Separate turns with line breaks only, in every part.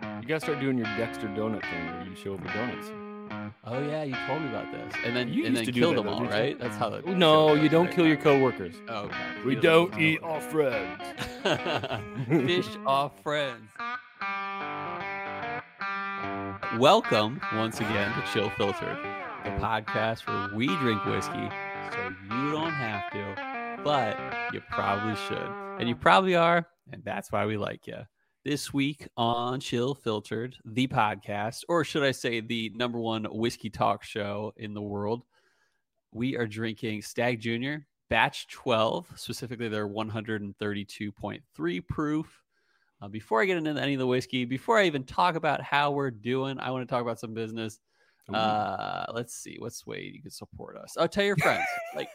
gotta start doing your Dexter donut thing where you show up with donuts.
Oh yeah, you told me about this, and then
You
and
used
then
to do
killed
that,
them
though,
all,
didn't you?
right? That's how. The the
No,
show
you
goes,
don't
right?
kill your coworkers.
Oh, okay.
We
You
don't
kill
eat
them.
our friends.
Fish off friends. Welcome once again to Chill Filter, the podcast where we drink whiskey so you don't have to, but you probably should. And you probably are, and that's why we like you. This week on Chill Filtered, the podcast, or should I say the number one whiskey talk show in the world, we are drinking Stag Junior, batch 12, specifically their 132.3 proof. Uh, before I get into any of the whiskey, before I even talk about how we're doing, I want to talk about some business.
Oh,
Uh, let's see, what's the way you can support us? Oh, tell your friends. like,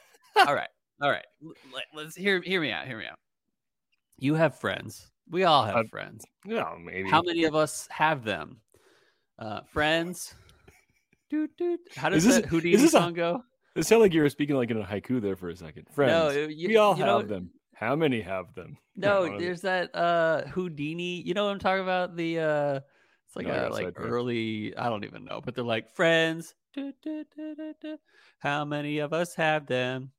all right, all right. L- Let, let's hear hear me out. Hear me out. You have friends. We all have
Uh,
friends.
yeah, maybe.
How many of us have them? Uh, friends. Doot, doot. How does
Is
this,
this-
that
is
Houdini
this a-
song go?
It sounded like you were speaking like in a haiku there for a second. Friends,
it- you-
we all
you
have
know-
them. How many have them?
No,
One of the-
there's that uh Houdini. You know what I'm talking about? The uh it's like
No, I
a
got
like
sidetracked.
early I don't even know, but they're like friends. duh, duh, duh, duh, duh. How many of us have them?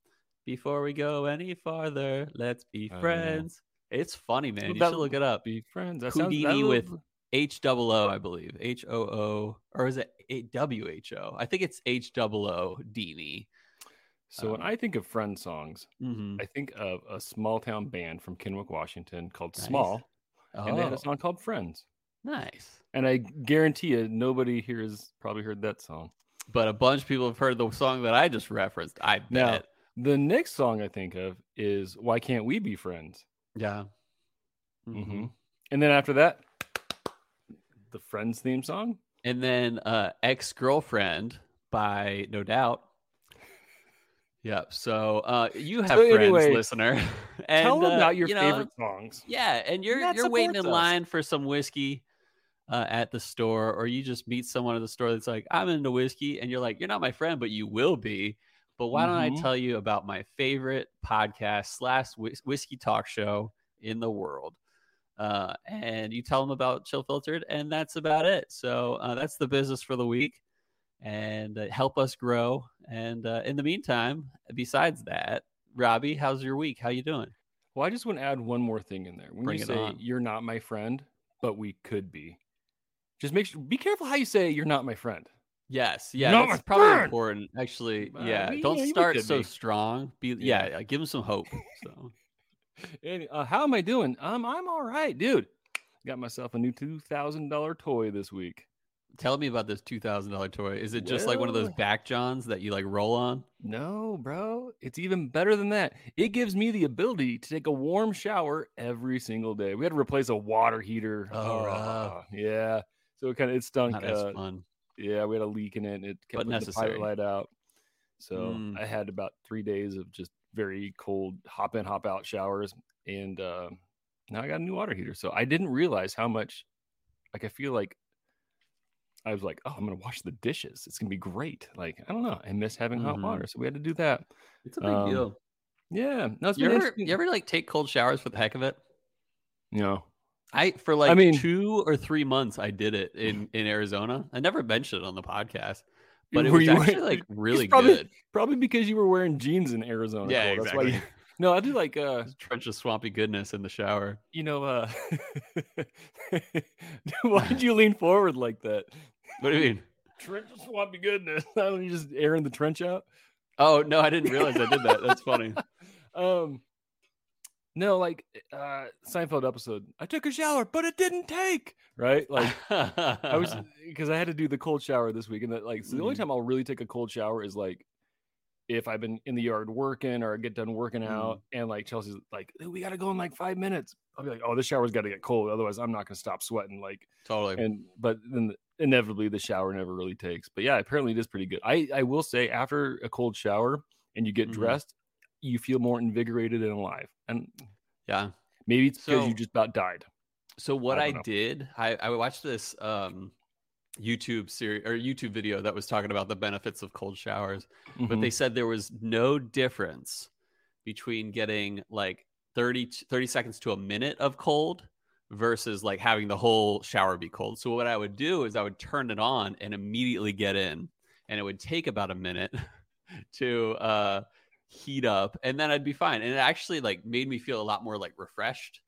Before we go any farther, let's be
Oh, yeah.
friends. It's funny, man. You
that-
should look it up.
be friends. That sounds- that
Houdini with
little-
H double O, I believe. H O O or is it A- W H O? I think it's H double O Dini.
So when
um,
I think of friend songs,
Mhm.
I think of a small town band from Kennewick, Washington called
Nice.
Small, and they had
Oh,
a song called Friends.
nice.
And I guarantee you, nobody here has probably heard that song.
But a bunch of people have heard the song that I just referenced. I bet.
No. The next song I think of is "Why Can't We Be Friends,"
Yeah. Mm-hmm.
Mhm. and then after that, the Friends theme song.
And then uh, Ex Girlfriend by No Doubt. Yep. So uh, you have friends,
anyway,
listener. And,
Tell them
uh,
about your
you know,
favorite songs.
Yeah, and you're
that
you're waiting in
supports us.
line for some whiskey uh, at the store, or you just meet someone at the store that's like, "I'm into whiskey," and you're like, "You're not my friend, but you will be." But why don't I
Mhm.
tell you about my favorite podcast slash whis- whiskey talk show in the world? Uh, and you tell them about Chill Filtered, and that's about it. So uh, that's the business for the week, and uh, help us grow. And uh, in the meantime, besides that, Robbie, how's your week? How you doing?
Well, I just want to add one more thing in there. When
Bring
you
it
say
on.
you're not my friend, but we could be, just make sure be careful how you say you're not my friend.
Yes, yeah,
Not
that's
my
probably
friend!
important. Actually,
Uh,
yeah,
we-
don't
yeah, we
start
could
so
be.
strong. Be yeah,
Yeah.
yeah, give him some hope. So
Any- uh, how am I doing? Um, I'm all right, dude. Got myself a new two thousand dollar toy this week.
tell me about this two thousand dollar toy. Is it just like one of those
Well-
back johns that you like roll on?
No, bro, it's even better than that. It gives me the ability to take a warm shower every single day. We had to replace a water heater.
Oh,
uh,
rough.
yeah. So it kind of it stunk.
Not as
uh,
Ah, fun.
yeah, we had a leak in it. And it
But
kept putting the
necessary.
pilot light out. So
Mm.
I had about three days of just very cold hop in, hop out showers, and uh, now I got a new water heater. So I didn't realize how much. Like I feel like I was like, oh, I'm gonna wash the dishes. It's gonna be great. Like I don't know. I miss having hot
Mhm.
water, so we had to do that.
It's a big
um,
deal.
Yeah, no, it's been
You ever,
interesting.
you ever like take cold showers for the heck of it?
no,
I for like
mean-
two or three months I did it in in Arizona. I never mentioned it on the podcast, but it
Were
was
you-
actually like really
probably-
good.
probably because you were wearing jeans in Arizona.
Yeah,
Cole.
exactly.
That's why. You, no, I do like uh,
Trench of swampy goodness in the shower.
you know, uh, why did you lean forward like that?
What do you mean?
Trench of swampy goodness. I don't know, you just airing the trench out.
Oh no, I didn't realize I did that. That's funny.
Um, no, like uh, Seinfeld episode. I took a shower, but it didn't take. Right, like I was because I had to do the cold shower this week, and that like so the only
Mhm.
time I'll really take a cold shower is like if I've been in the yard working or I get done working
Mhm.
out, and like Chelsea's like, "Dude, we got to go in like five minutes. I'll be like, oh, this shower's got to get cold, otherwise I'm not gonna stop sweating. Like,
totally.
and but then inevitably the shower never really takes. But yeah, apparently it is pretty good. I I will say after a cold shower and you get
Mhm.
dressed, you feel more invigorated and alive, and
yeah.
maybe it's because
So-
you just about died.
So what
I
I,
don't know.
did, I, I watched this um, YouTube series or YouTube video that was talking about the benefits of cold showers, but
Mhm.
they said there was no difference between getting like 30, 30 seconds to a minute of cold versus like having the whole shower be cold. So what I would do is I would turn it on and immediately get in, and it would take about a minute to uh, heat up, and then I'd be fine. And it actually like made me feel a lot more like refreshed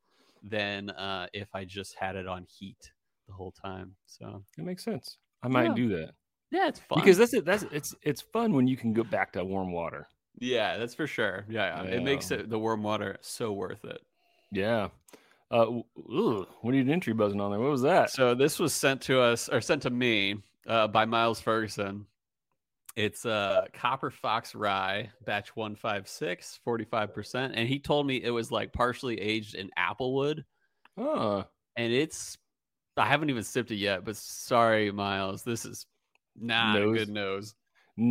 than uh, if I just had it on heat the whole time. So
It makes sense. I might
Yeah.
do that
yeah, it's fun
because that's it. That's it's it's fun when you can go back to warm water.
yeah, that's for sure. Yeah, yeah. it makes
Yeah.
it, the warm water so worth it.
Yeah. Uh, w- ugh, what are you entry buzzing on there? What was that?
So this was sent to us or sent to me uh, by Miles Ferguson. It's uh, Copper Fox Rye, batch 156, 45%. And he told me it was like partially aged in applewood.
Huh.
And it's, I haven't even sipped it yet, but sorry, Miles. This is not
Nose.
a good nose.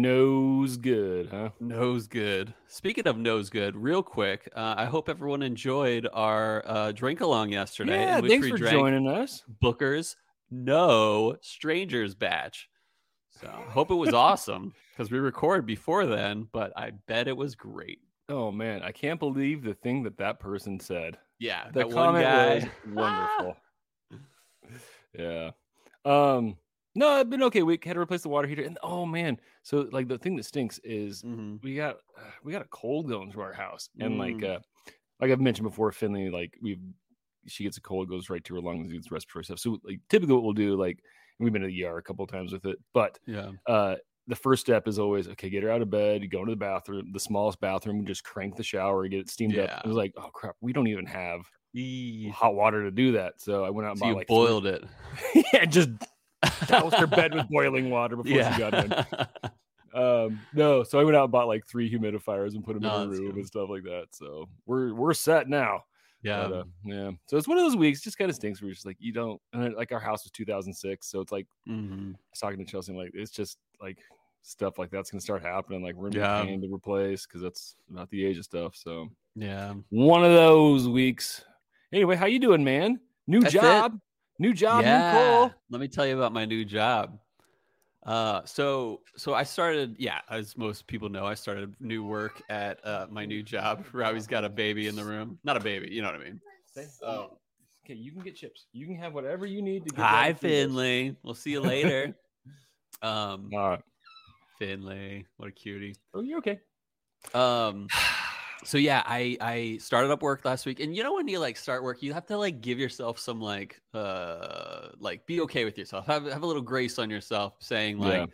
Nose good, huh?
Nose good. Speaking of nose good, real quick, uh, I hope everyone enjoyed our uh, drink along yesterday.
yeah.
in which
Thanks
we
for
drank
joining us.
Booker's No Strangers batch. So hope it was awesome because we record before then, but I bet it was great.
Oh man, I can't believe the thing that that person said.
Yeah,
The
that one
comment
guy.
was wonderful. yeah. Um. No, it's been okay. We had to replace the water heater, and oh man, so like the thing that stinks is
Mhm.
we got uh, we got a cold going through our house, and like
Mm.
uh, like I've mentioned before, Finley, like we she gets a cold, goes right to her lungs, gets respiratory stuff. So like typically, what we'll do, like we've been to the ER a couple times with it, but
Yeah,
uh, the first step is always okay, get her out of bed, go into the bathroom, the smallest bathroom, just crank the shower, get it steamed
Yeah.
up. It was like, oh crap, we don't even have
Eee.
hot water to do that. So I went out and
so
bought
you
like
boiled it.
three- yeah, just doused her bed with boiling water before
yeah.
she got in. Um, no, so I went out and bought like three humidifiers and put them
No,
in the
that's
room
good.
and stuff like that. So we're we're set now.
yeah.
But, uh, yeah. So it's one of those weeks, just kind of stinks. We're just like, you don't, and like our house was 2006, so it's like
Mhm.
was talking to Chelsea, I'm like, it's just like stuff like that's gonna start happening. Like we're gonna
Yeah.
be paying to replace because that's about the age of stuff. So
Yeah.
one of those weeks. Anyway, how you doing, man? New
That's it.
job, new job, new call.
Let me tell you about my new job. Uh, so so I started. Yeah, as most people know, I started new work at uh, my new job. Robbie's got a baby in the room. Not a baby, you know what I mean. Oh.
Okay, you can get chips. You can have whatever you need to get.
Hi, Finley. We'll see you later. um,
All right.
Finley, what a cutie.
Oh, you're okay.
Um, so yeah, I I started up work last week, and you know when you like start work, you have to like give yourself some like uh like be okay with yourself, have have a little grace on yourself, saying like
Yeah.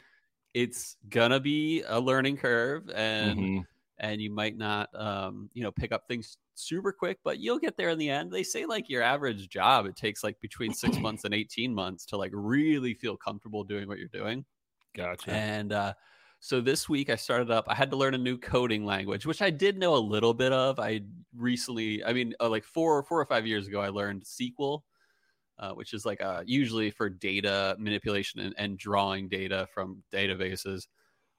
it's gonna be a learning curve, and
Mhm.
and you might not um you know pick up things super quick but you'll get there in the end they say like your average job it takes like between six months and 18 months to like really feel comfortable doing what you're doing
Gotcha.
and uh so this week i started up i had to learn a new coding language which i did know a little bit of i recently i mean uh, like four four or five years ago i learned sql uh, which is like uh, usually for data manipulation and, and drawing data from databases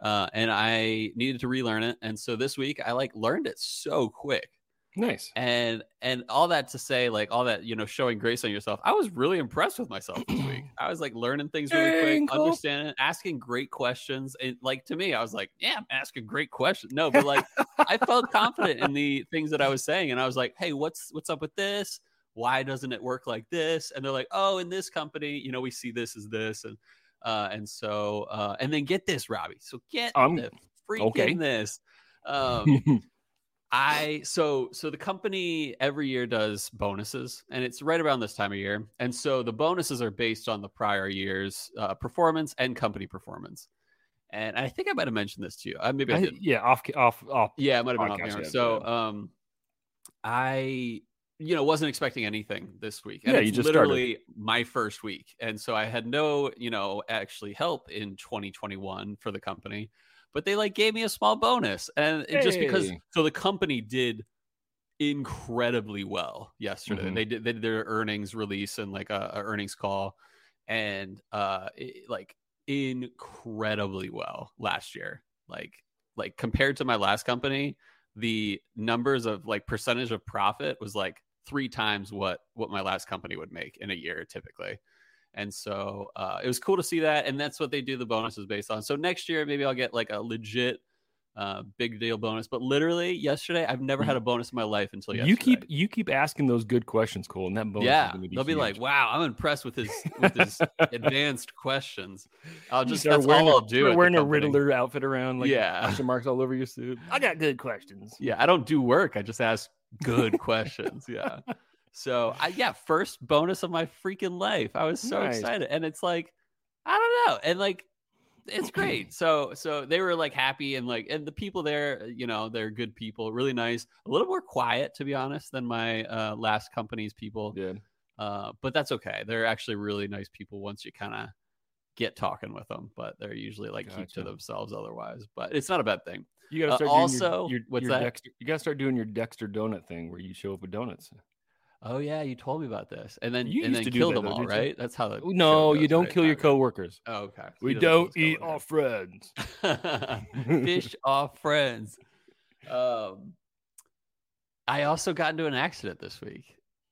uh, and i needed to relearn it and so this week i like learned it so quick
nice.
and and all that to say like all that you know showing grace on yourself i was really impressed with myself this week i was like learning things really
Dang,
quick
Cole.
understanding asking great questions and like to me i was like yeah i'm asking great questions no but like i felt confident in the things that i was saying and i was like hey what's what's up with this why doesn't it work like this and they're like oh in this company you know we see this as this and uh and so uh and then get this robbie so get
Um,
the freaking
okay.
this um I so so the company every year does bonuses, and it's right around this time of year. And so the bonuses are based on the prior year's uh, performance and company performance. And I think I might have mentioned this to you. Uh, maybe I,
I-
didn't.
yeah. Off. Off. Off.
Yeah, it might have been off
Podcast,
camera.
Oh, yeah,
So um, I you know wasn't expecting anything this week. And
Yeah,
it's
you just started.
literally my first week, and so I had no you know actually help in 2021 for the company, but they like gave me a small bonus, and it- just because
Hey.
so the company did incredibly well yesterday.
Mhm.
They did they did their earnings release and like a, a earnings call, and uh it, like incredibly well last year. Like like compared to my last company, the numbers of like percentage of profit was like three times what what my last company would make in a year typically. And so uh, it was cool to see that, and that's what they do the bonuses based on. So next year, maybe I'll get like a legit Uh, big deal bonus. But literally yesterday, I've never had a bonus in my life until yesterday.
You keep you keep asking those good questions, Cole, and that bonus. is
yeah,
gonna
they'll be
huge.
like, "Wow, I'm impressed with his with his advanced questions." I'll just
Start
that's all
a-
I'll do.
start
at the
Wearing a
company.
Riddler outfit around, like
yeah,
question marks all over your suit. I got good questions.
yeah. I don't do work. I just ask good questions. Yeah. So I yeah, first bonus of my freaking life. I was so
Nice.
excited, and it's like, I don't know, and like. It's great. So so they were like happy and like and the people there, you know, they're good people, really nice. A little more quiet to be honest than my uh last company's people.
Yeah.
Uh, but that's okay. They're actually really nice people once you kind of get talking with them, but they're usually like keep to
Gotcha.
themselves otherwise. But it's not a bad thing.
You gotta
Uh,
start
also,
doing your, your,
what's
your
that?
Dexter, you gotta start doing your Dexter donut thing where you show up with donuts.
Oh yeah, you told me about this, and then
You used
and then
to do
kill
that,
them
though,
all,
didn't you?
right? That's how. the
No,
show
you
goes,
don't
right?
kill your
Not
coworkers.
really. Oh, okay.
We
He doesn't kill
don't
his
eat our friends.
coworkers. Fish off friends. Um, I also got into an accident this week,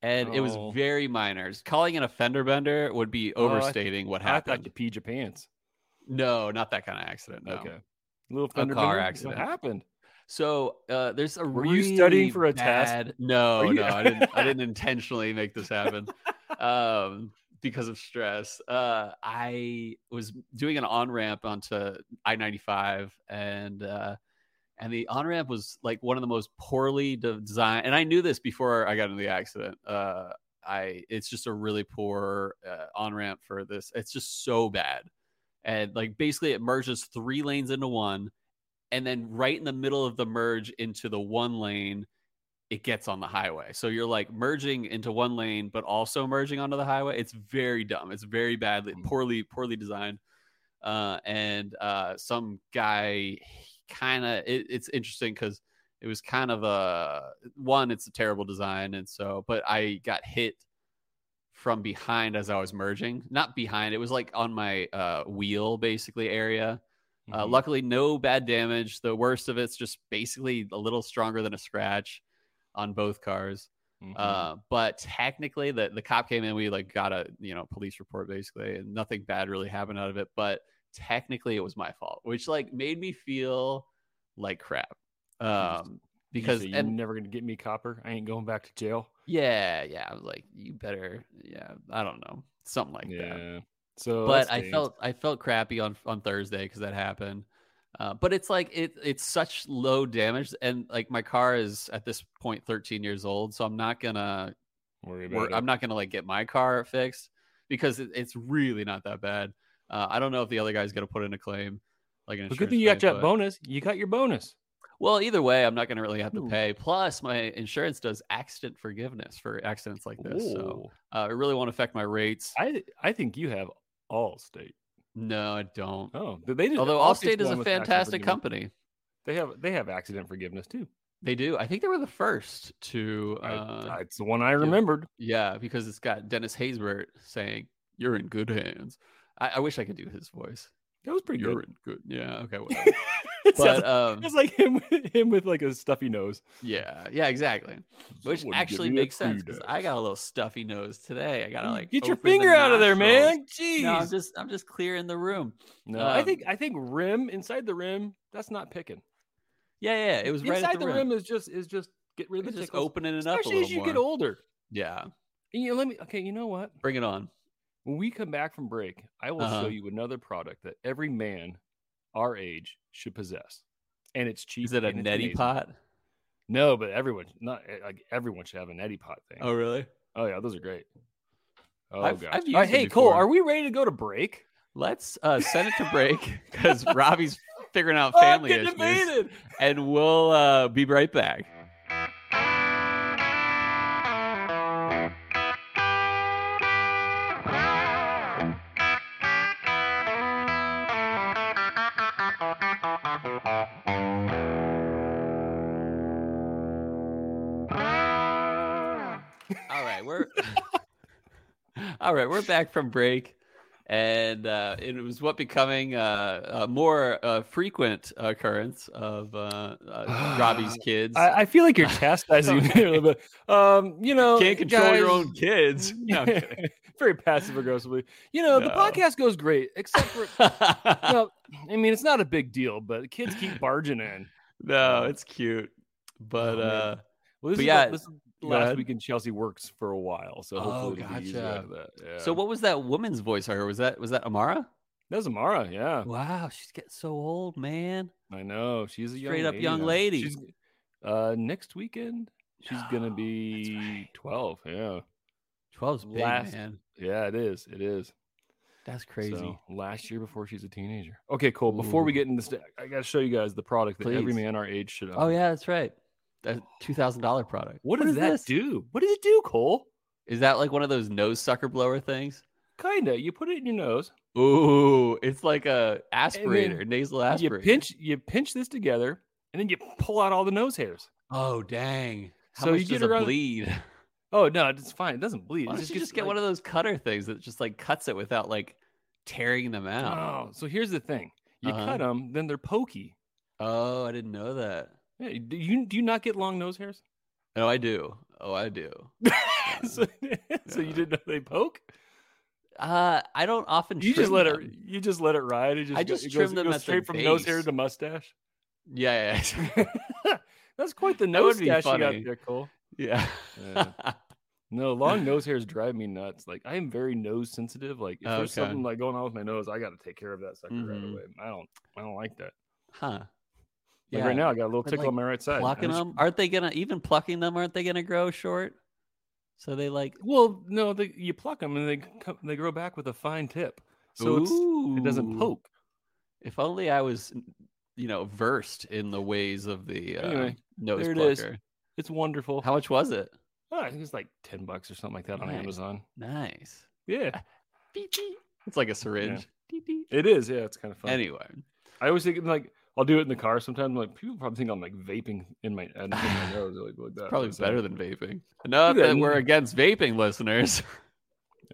and it was
Oh.
very minor. Just Calling it a fender bender would be
Oh, I th-
overstating what
I
happened.
thought you peed your pants.
No, not that kind of accident. No.
Okay. little
car
thunder bender?
accident.
What happened?
So uh, there's a.
Were you studying
really
for a test?
bad- No,
Are you-
no, I didn't. I didn't intentionally make this happen um, because of stress. Uh, I was doing an on ramp onto I-95, and uh, and the on ramp was like one of the most poorly de- designed. And I knew this before I got into the accident. Uh, I it's just a really poor uh, on ramp for this. It's just so bad, and like basically it merges three lanes into one, and then right in the middle of the merge into the one lane, it gets on the highway. So you're like merging into one lane, but also merging onto the highway. It's very dumb. It's very badly,
Hmm.
poorly, poorly designed. Uh, and uh, some guy kind of it, it's interesting because it was kind of a one it's a terrible design and so but i got hit from behind as i was merging not behind it was like on my uh, wheel basically area uh,
Mhm.
luckily no bad damage the worst of it's just basically a little stronger than a scratch on both cars
Mhm.
uh, but technically, the the cop came in. We like got a you know police report basically, and nothing bad really happened out of it. But technically, it was my fault, which like made me feel like crap. Um,
You
because
say you're
and
never gonna get me copper. I ain't going back to jail.
yeah, yeah, I was like, you better, yeah, I don't know, something like that
yeah. So that
but I
stinks.
felt I felt crappy on on Thursday because that happened. Uh, but it's like it it's such low damage, and like my car is at this point 13 years old, so I'm not gonna
Worry about
wor-
it.
I'm not gonna like get my car fixed because it, it's really not that bad. Uh, I don't know if the other guy's gonna put in a claim, like an
But good
insurance
thing you got
claim,
that
but-
bonus. You got your bonus.
Well, either way, I'm not gonna really have to
Ooh.
pay. Plus, my insurance does accident forgiveness for accidents like this, so
Ooh.
uh, it really won't affect my rates.
I I think you have all state.
no, I don't.
Oh, but they did.
Although
Allstate's
Allstate is
one
a
with accident
fantastic
forgiveness.
company.
They have they have accident forgiveness too.
They do. I think they were the first to. Uh,
I- I- it's the one I remembered.
yeah, because it's got Dennis Haysbert saying, "You're in good hands." I, I wish I could do his voice.
That was pretty
You're
good.
in good. Yeah. Okay. Whatever.
it sounds
but um,
it's like him with him with like a stuffy nose.
yeah, yeah, exactly. Which
Someone give
actually
me a
makes sense
food
because
ass.
I got a little stuffy nose today. I gotta like
Get your
open the
finger out of there,
nostrils.
man. Jeez.
No,
No,
I'm just I'm just clearing the room.
I
um,
think I think rim inside the rim. That's not picking.
Yeah, yeah. It was right
inside
at the,
the
rim.
is just is just get rid of
It's
the
just
tickles.
opening it up a
Especially
little
as you
more.
get older.
Yeah,
And, you know, let me. Okay, you know what?
bring it on.
When we come back from break, I will
Uh-huh.
show you another product that every man our age should possess, and it's cheap.
Is it a
and it's
neti
amazing.
pot?
No, but everyone not eh, like everyone should have a neti pot thing.
Oh, really?
Oh yeah, those are great. Oh
I've-
gosh.
I've
All right,
used them
hey Cole,
before.
are we ready to go to break?
Let's uh, send it to break because Robbie's figuring out
Oh,
family
I'm
issues,
getting invaded.
and we'll uh, be right back. All right, we're all right. We're back from break, and uh, it was what becoming uh, a more uh, frequent occurrence of uh, uh, Robbie's kids.
I, I feel like you're chastising me a little bit. Um, you know,
Can't control your
guys-
own kids. No, I'm kidding.
very passive aggressively. You know, the
No.
podcast goes great, except for no, I mean it's not a big deal, but the kids keep barging in.
no, it's cute, but
Oh, man.
uh,
Well, this
But
is
yeah,
the, this is the
go
last
ahead.
week in Chelsea works for a while, so
Oh,
hopefully it'll be easier
gotcha.
after that. Yeah.
uh, so what was that woman's voice? I heard was that was that Amara?
That was Amara. Yeah,
Wow, she's getting so old, man.
I know she's a young
Straight up
lady
young
now.
lady.
She's, uh, next weekend she's gonna
No, that's
be
right.
twelve. Yeah,
12's big,
last-
man.
yeah, it is. It is.
That's crazy.
So, last year before she's a teenager. Okay, cool. Before we
Ooh.
get into this, I gotta show you guys the product that every
Please.
man our age should. Own.
Oh yeah, that's right. That two thousand dollar product.
What does that
this?
do? What does it do, Cole?
Is that like one of those nose sucker blower things?
Kinda. You put it in your nose.
Ooh, it's like a aspirator, nasal aspirator.
You pinch. You pinch this together, and then you pull out all the nose hairs.
Oh dang! How
So
much
you get
does it
around-
bleed?
Oh no, it's fine. It doesn't bleed.
Why
It
don't you
gets,
just get
like-
one of those cutter things that just like cuts it without like tearing them out?
Oh, so here's the thing: you cut 'em,
Uh-huh.
cut them, then they're pokey.
Oh, I didn't know that.
Yeah, do you do you not get long nose hairs?
No, I do. Oh, I do.
so, so you
No.
didn't know they poke?
Uh, I don't often.
You just
trim
let
them.
it. You just let it ride. It just
I
go-
just
it
trim
goes, it
them
goes
at the
straight from nose hair
base.
to mustache.
Yeah, yeah, yeah.
That's quite the
That would
nose
be
stash you
funny.
got there, Cole.
yeah.
Yeah. No, long nose hairs drive me nuts. Like I am very nose sensitive. Like if there's
Okay.
something like going on with my nose, I got to take care of that sucker right
Mhm.
away. I don't, I don't like that.
huh.
Like right now, I got a little
But,
tickle
like,
on my right side. I
plucking
just-
them aren't they gonna even plucking them aren't they gonna grow short so they like
Well, no, they, you pluck them and they come, they grow back with a fine tip, so it's, it doesn't
Ooh.
poke.
if only i was you know versed in the ways of the uh,
Anyway,
nose
there it is.
plucker
It's wonderful.
how much was it
Oh, I think it's like ten bucks or something like that on
Nice.
Amazon.
nice
Yeah,
Beep, beep. it's like a syringe Beep, beep.
it is. Yeah, it's kind of fun.
anyway
I always think like I'll do it in the car sometimes. I'm like people probably think I'm like vaping in my, in my nose like, like that.
probably
but, uh,
better than vaping not
Yeah,
that we're
n-
against vaping listeners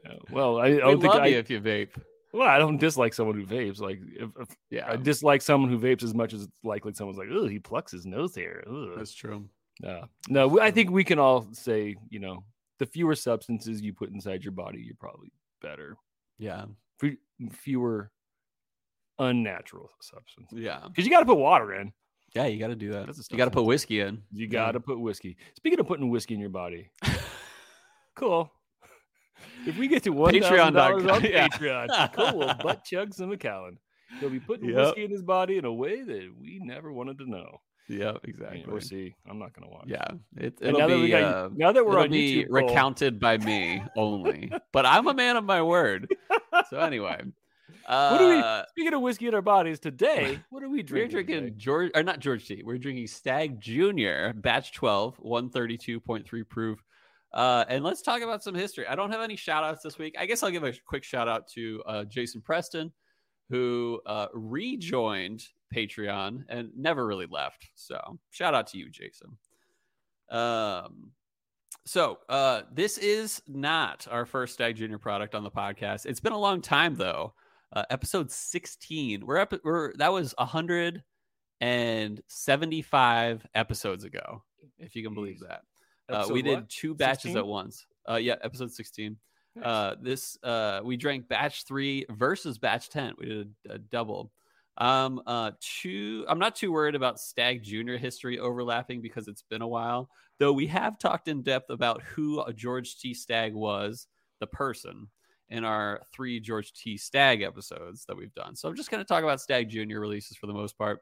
yeah. Well, I, I
we
don't think
love
I,
you if you vape
Well, I don't dislike someone who vapes. Like, if, if
yeah
I dislike someone who vapes as much as it's likely someone's like, "Oh, he plucks his nose hair." Ugh."
that's true
No, no. we- I think we can all say, you know, the fewer substances you put inside your body, you're probably better.
yeah
Fe- Fewer unnatural substances
yeah
because you got to put water in.
yeah you gotta do that
That's a
you gotta
substance.
put whiskey in
You
Yeah.
got to put whiskey. Speaking of putting whiskey in your body, cool. If we get to one thousand dollars
Patreon.com,
on
yeah.
Patreon, Cole will butt chug some McAllen. He'll be putting
Yep.
whiskey in his body in a way that we never wanted to know.
yeah
I
exactly
mean, we'll see. I'm not gonna watch.
Yeah, it,
And
it'll
now
be
that we got,
uh,
now that we're
it'll
on
be
YouTube, Cole,
recounted by me only. but I'm a man of my word. So anyway, uh,
do we Speaking of whiskey in our bodies, today what are we
we're
drinking?
drinking
today?
George or not George T. We're drinking Stag Junior Batch 12, 132.3 proof. Uh, and let's talk about some history. I don't have any shout outs this week. I guess I'll give a quick shout out to uh, Jason Preston, who uh, rejoined Patreon and never really left. So shout out to you, Jason. Um, so uh, this is not our first Stag Junior product on the podcast. It's been a long time though. Uh, episode 16. We're up. We're that was 175 episodes ago, if you can believe
Jeez.
that. Uh,
Episode
we did
what?
two batches
16?
at once. Uh, yeah, episode 16.
Nice.
Uh, this uh, we drank batch three versus batch 10. We did a, a double. Um, uh, two. I'm not too worried about Stag Junior history overlapping because it's been a while. Though we have talked in depth about who George T. Stag was, the person, in our three George T. Stag episodes that we've done. So I'm just going to talk about Stag Junior releases for the most part.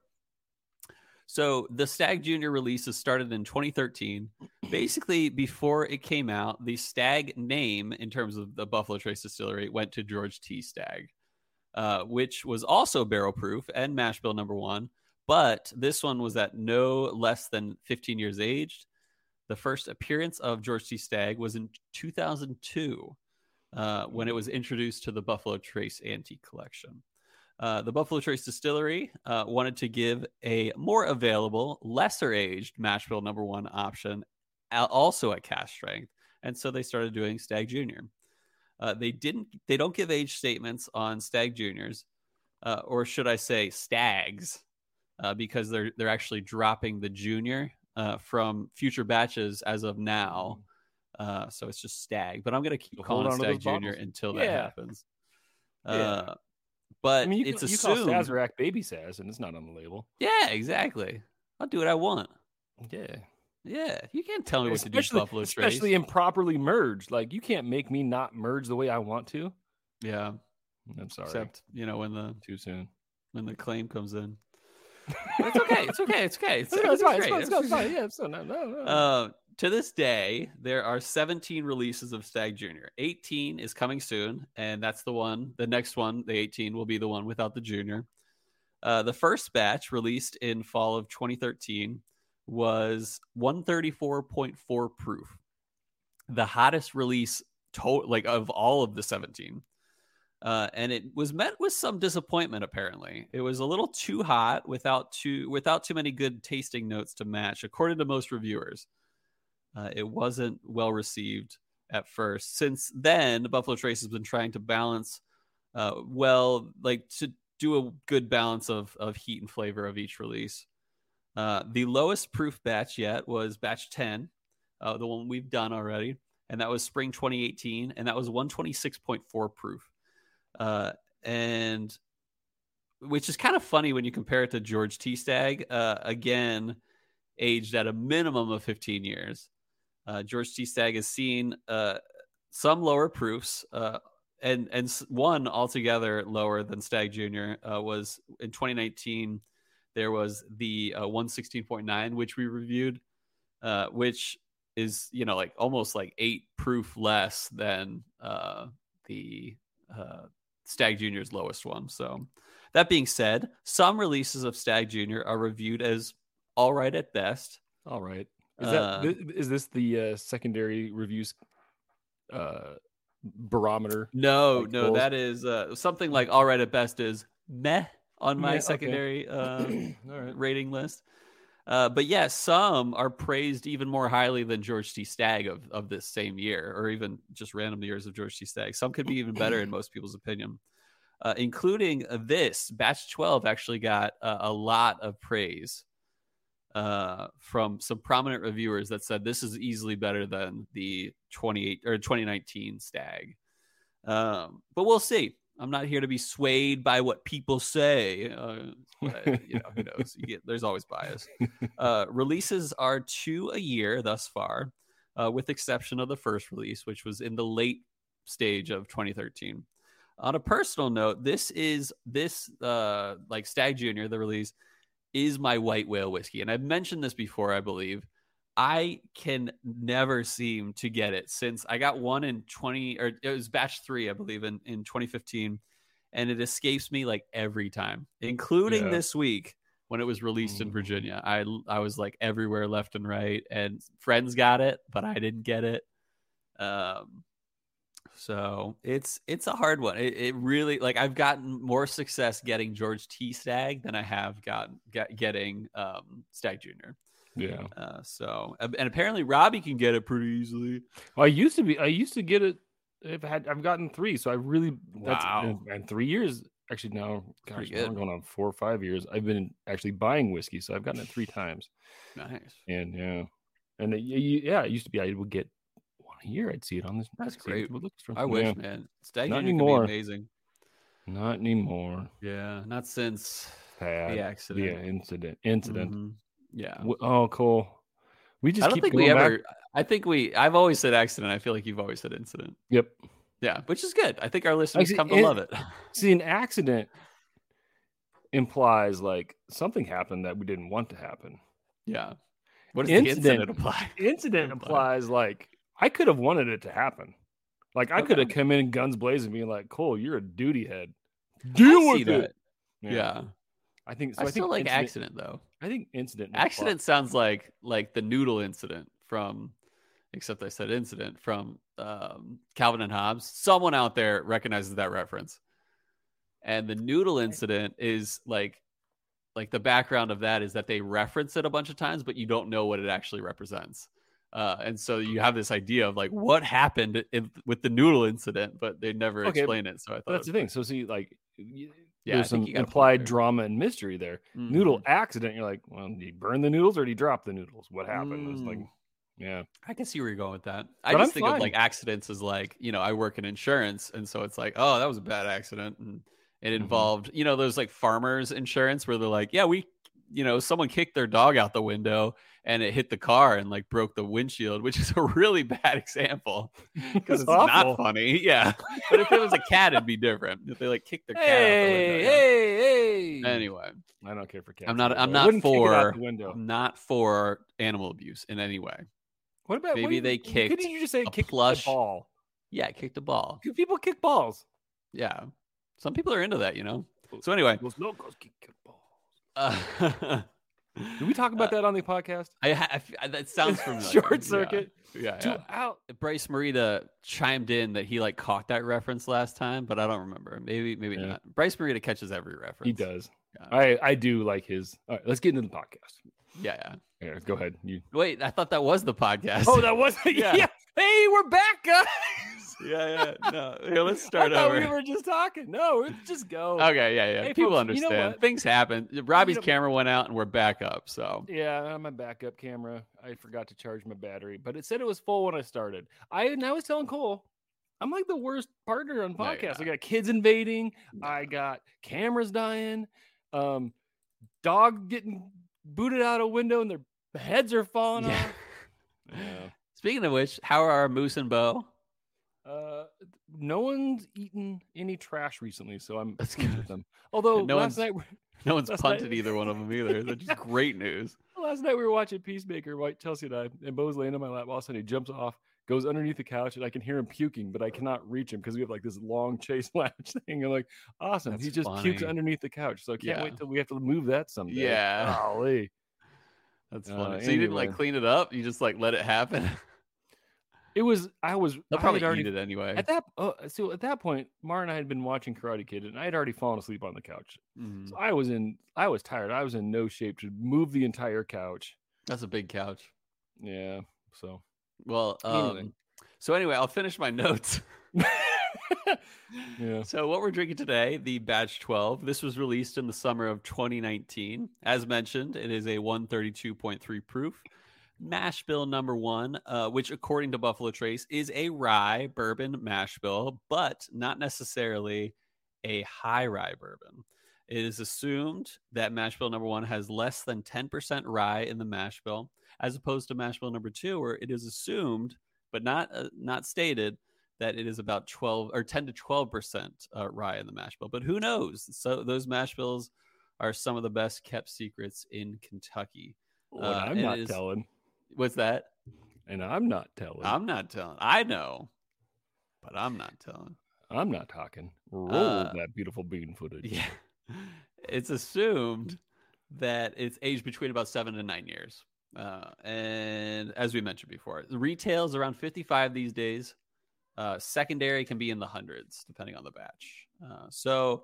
So the Stag Junior releases started in 2013 basically before it came out the stag name in terms of the buffalo trace distillery went to george t stag uh, which was also barrel proof and mash bill number one but this one was at no less than 15 years aged the first appearance of george t stag was in 2002 uh, when it was introduced to the buffalo trace antique collection uh, the Buffalo Trace Distillery uh, wanted to give a more available, lesser aged mash bill number one option al- also at cash strength. And so they started doing Stag Junior. Uh, they didn't. They don't give age statements on stag juniors, uh, or should I say stags, uh, because they're they're actually dropping the junior uh, from future batches as of now. Uh, so it's just stag. But I'm gonna keep
Hold
calling
on to
stag
those
junior
bottles.
until that
Yeah.
happens.
Yeah.
Uh, But
I mean, you,
it's
ca- you
assumed.
call Sazerac baby Saz, and it's not on the label.
yeah, exactly. I'll do what I want.
Yeah,
Yeah, you can't tell me what to do.
especially
Buffalo Trace.
especially improperly merged. Like you can't make me not merge the way I want to.
yeah.
I'm sorry,
Except you know when the
too soon.
when the claim comes in. But it's okay. It's okay. It's okay. It's,
No, no, it's
everything's
fine, it's
great,
fine, it's fine, it's
everything's
fine. Yeah, it's fine. No, no, no.
Uh, to this day, there are 17 releases of Stag Junior. 18 is coming soon, and that's the one. The next one, the 18, will be the one without the Junior. Uh, the first batch released in fall of 2013 was 134.4 proof, the hottest release to- like of all of the 17. Uh, and it was met with some disappointment. Apparently, it was a little too hot without too without too many good tasting notes to match, according to most reviewers. Uh, it wasn't well received at first. Since then, Buffalo Trace has been trying to balance uh, well, like to do a good balance of of heat and flavor of each release. Uh, the lowest proof batch yet was batch 10, uh, the one we've done already, and that was spring 2018, and that was 126.4 proof. Uh, and which is kind of funny when you compare it to George T. Stag, uh, again, aged at a minimum of 15 years. Uh, George T. Stag has seen uh, some lower proofs, uh, and and s- one altogether lower than Stag Junior uh, was in 2019. There was the uh, 116.9, which we reviewed, uh, which is you know like almost like eight proof less than uh, the uh, Stag Junior's lowest one. So that being said, some releases of Stag Junior are reviewed as all right at best.
All right. Is
Uh,
that thi- is this the uh, secondary reviews uh, barometer?
No,
Like
no,
goals?
that is uh, something like all right at best is meh on my
Meh, okay.
secondary
All
uh,
right.
rating list. Uh, but yeah, some are praised even more highly than George T. Stagg of, of this same year, or even just random years of George T. Stagg. Some could be even better in most people's opinion, uh, including uh, this. Batch 12 actually got uh, a lot of praise uh, from some prominent reviewers that said this is easily better than the 28 or 2019 Stag. Um, but we'll see. I'm not here to be swayed by what people say. Uh, but, you know, who knows? You get, there's always bias. Uh, releases are two a year thus far, uh, with exception of the first release, which was in the late stage of 2013. On a personal note, this is this uh, like Stag Junior, the release is my white whale whiskey, and I've mentioned this before, I believe. I can never seem to get it since I got one in 20 or it was batch three, I believe, in, in 2015. And it escapes me like every time, including
Yeah.
this week when it was released in
Mm.
Virginia. I I was like everywhere left and right, and friends got it, but I didn't get it. Um, so it's it's a hard one. It, it really like I've gotten more success getting George T. Stag than I have gotten get, getting um, Stag Junior.
Yeah.
Uh, so and apparently Robbie can get it pretty easily.
Well, I used to be. I used to get it. I've had. I've gotten three. So I really. That's,
Wow.
And, and three years. Actually, now, gosh,
pretty
now
good.
we're going on four or five years. I've been actually buying whiskey, so I've gotten it three times.
Nice.
And yeah, and it, you- you- yeah, it used to be I would get one a year. I'd see it on this.
That's
see
great.
what it looks for.
I wish,
Yeah.
man. Stag
Not
Junior can be
anymore.
amazing.
Not anymore.
Yeah, not since
Sad.
the
Yeah.
accident.
Incident. Incident.
Mhm. Yeah.
W- Oh, cool. We just
I don't
keep
think we
going back-
ever. I think we. I've always said accident. I feel like you've always said incident.
Yep.
Yeah, which is good. I think our listeners
Actually,
come to
in-
love it.
See, an accident implies like something happened that we didn't want to happen.
Yeah. What does the
Incident.
incident apply?
Incident
Implies.
implies like I could have wanted it to happen. Like I could have
Okay.
come in guns blazing, being like, "Cole, you're a duty head.
I
Deal
see
with
that.
it."
Yeah.
I think. So
I,
I,
still
think
like
incident-
accident though.
I think incident. impli-
Accident sounds like like the noodle incident from except I said incident from um, Calvin and Hobbes. Someone out there recognizes that reference. And the noodle incident is like like the background of that is that they reference it a bunch of times, but you don't know what it actually represents. Uh, and so you have this idea of like what happened in, with the noodle incident, but they never
Okay,
explain it. So I thought
But that's
it
the
was-
thing. So see, like, y-
Yeah, I
there's
think
some
you got a point
implied
there.
drama and mystery there.
Mhm.
Noodle accident. You're like, well, did he burn the noodles or did he drop the noodles? What happened? It's like,
Mm.
yeah,
I can see where you're going with that. I
But
just
I'm
think of
fine.
like accidents as like, you know, I work in insurance. And so it's like, oh, that was a bad accident. And it
Mhm.
involved, you know, those like farmers insurance where they're like, yeah, we, you know, someone kicked their dog out the window and it hit the car and like broke the windshield, which is a really bad example because it's not funny. Yeah. but if it was a cat, it'd be different. If they like kicked their cat out the window.
Hey,
yeah.
hey, Oh. hey!
Anyway,
I don't care for cats.
I'm not-
either,
I'm
though. I
not
wouldn't kick it out
for- um,
the window.
I'm not for animal abuse in any way.
What about what
maybe
do
they
you, Couldn't
kicked
you just say
a
kick
plush-
the ball?
Yeah, kicked a ball.
Because people kick balls.
Yeah. Some people are into that, you know.
Well,
So anyway,
Los locos kick the balls.
uh,
Did we talk about that on the podcast?
I, ha- I f- I- that Uh, sounds familiar.
Short
Yeah.
circuit.
Yeah.
Two
yeah.
out.
Bryce Marita chimed in that he like caught that reference last time, but I don't remember. Maybe maybe
Yeah.
not. Bryce Marita catches every reference.
He does.
Yeah.
I I do like his. All right, let's get into the podcast.
Yeah, yeah.
Yeah, go ahead. You.
Wait, I thought that was the podcast.
Oh, that was
Yeah.
yeah. Hey, we're back, guys.
yeah, yeah. No. Here, let's
I
start
thought
over. Oh,
we were just talking. No, let's just go.
Okay, yeah, yeah.
Hey,
People
folks, you know
understand.
what?
Things happen. Robbie's
know-
camera went out and we're back up. So
Yeah, I have my backup camera. I forgot to charge my battery, but it said it was full when I started. I and I was telling Cole, I'm like the worst partner on
No, you're
podcasts. I
not.
got kids invading.
No.
I got cameras dying. Um, dog getting booted out a window and their heads are falling
Yeah.
off. Yeah.
Speaking of which, how are our Moose and Bo?
Uh, no one's eaten any trash recently, so I'm
That's
pleased
good.
with them. Although
no
last
one's-
night, we-
No one's
That's not-
punted either one of them either. That's just great news.
last night we were watching Peacemaker, White Chelsea and I, and Bo's laying on my lap. All of a sudden, he jumps off, goes underneath the couch, and I can hear him puking, but I cannot reach him because we have like this long chase lounge thing. I'm like, awesome. he
That's
just pukes
funny.
underneath the couch, so I can't
Yeah.
wait till we have to move that someday. Oh,
Yeah.
Golly.
That's
Uh,
funny. so you didn't like
anyway.
clean it up. You just like let it happen.
It was. I was.
They'll
I
probably
had already
eat it anyway.
at that. Uh, so at that point, Mara and I had been watching Karate Kid, and I had already fallen asleep on the couch.
Mhm.
So I was in. I was tired. I was in no shape to move the entire couch.
That's a big couch.
Yeah. So.
Well, um,
Anyway.
so anyway, I'll finish my notes.
Yeah.
So what we're drinking today, the Batch 12. This was released in the summer of 2019. As mentioned, it is a 132.3 proof. Mash bill number one, uh, which according to Buffalo Trace is a rye bourbon mash bill, but not necessarily a high rye bourbon. It is assumed that mash bill number one has less than 10% rye in the mash bill, as opposed to mash bill number two, where it is assumed, but not uh, not stated, that it is about 12 or 10 to 12 percent uh, rye in the mash bill. But who knows? So those mash bills are some of the best kept secrets in Kentucky.
Well,
Uh,
I'm
it
not
is-
telling.
What's that?
and I'm not telling. I'm,
I'm not telling. I know, but I'm not telling.
not talking. Roll
Uh,
that beautiful bean footage.
Yeah, it's assumed that it's aged between about seven to nine years. Uh, and as we mentioned before, the retail is around 55 these days. Uh, secondary can be in the hundreds, depending on the batch. Uh, so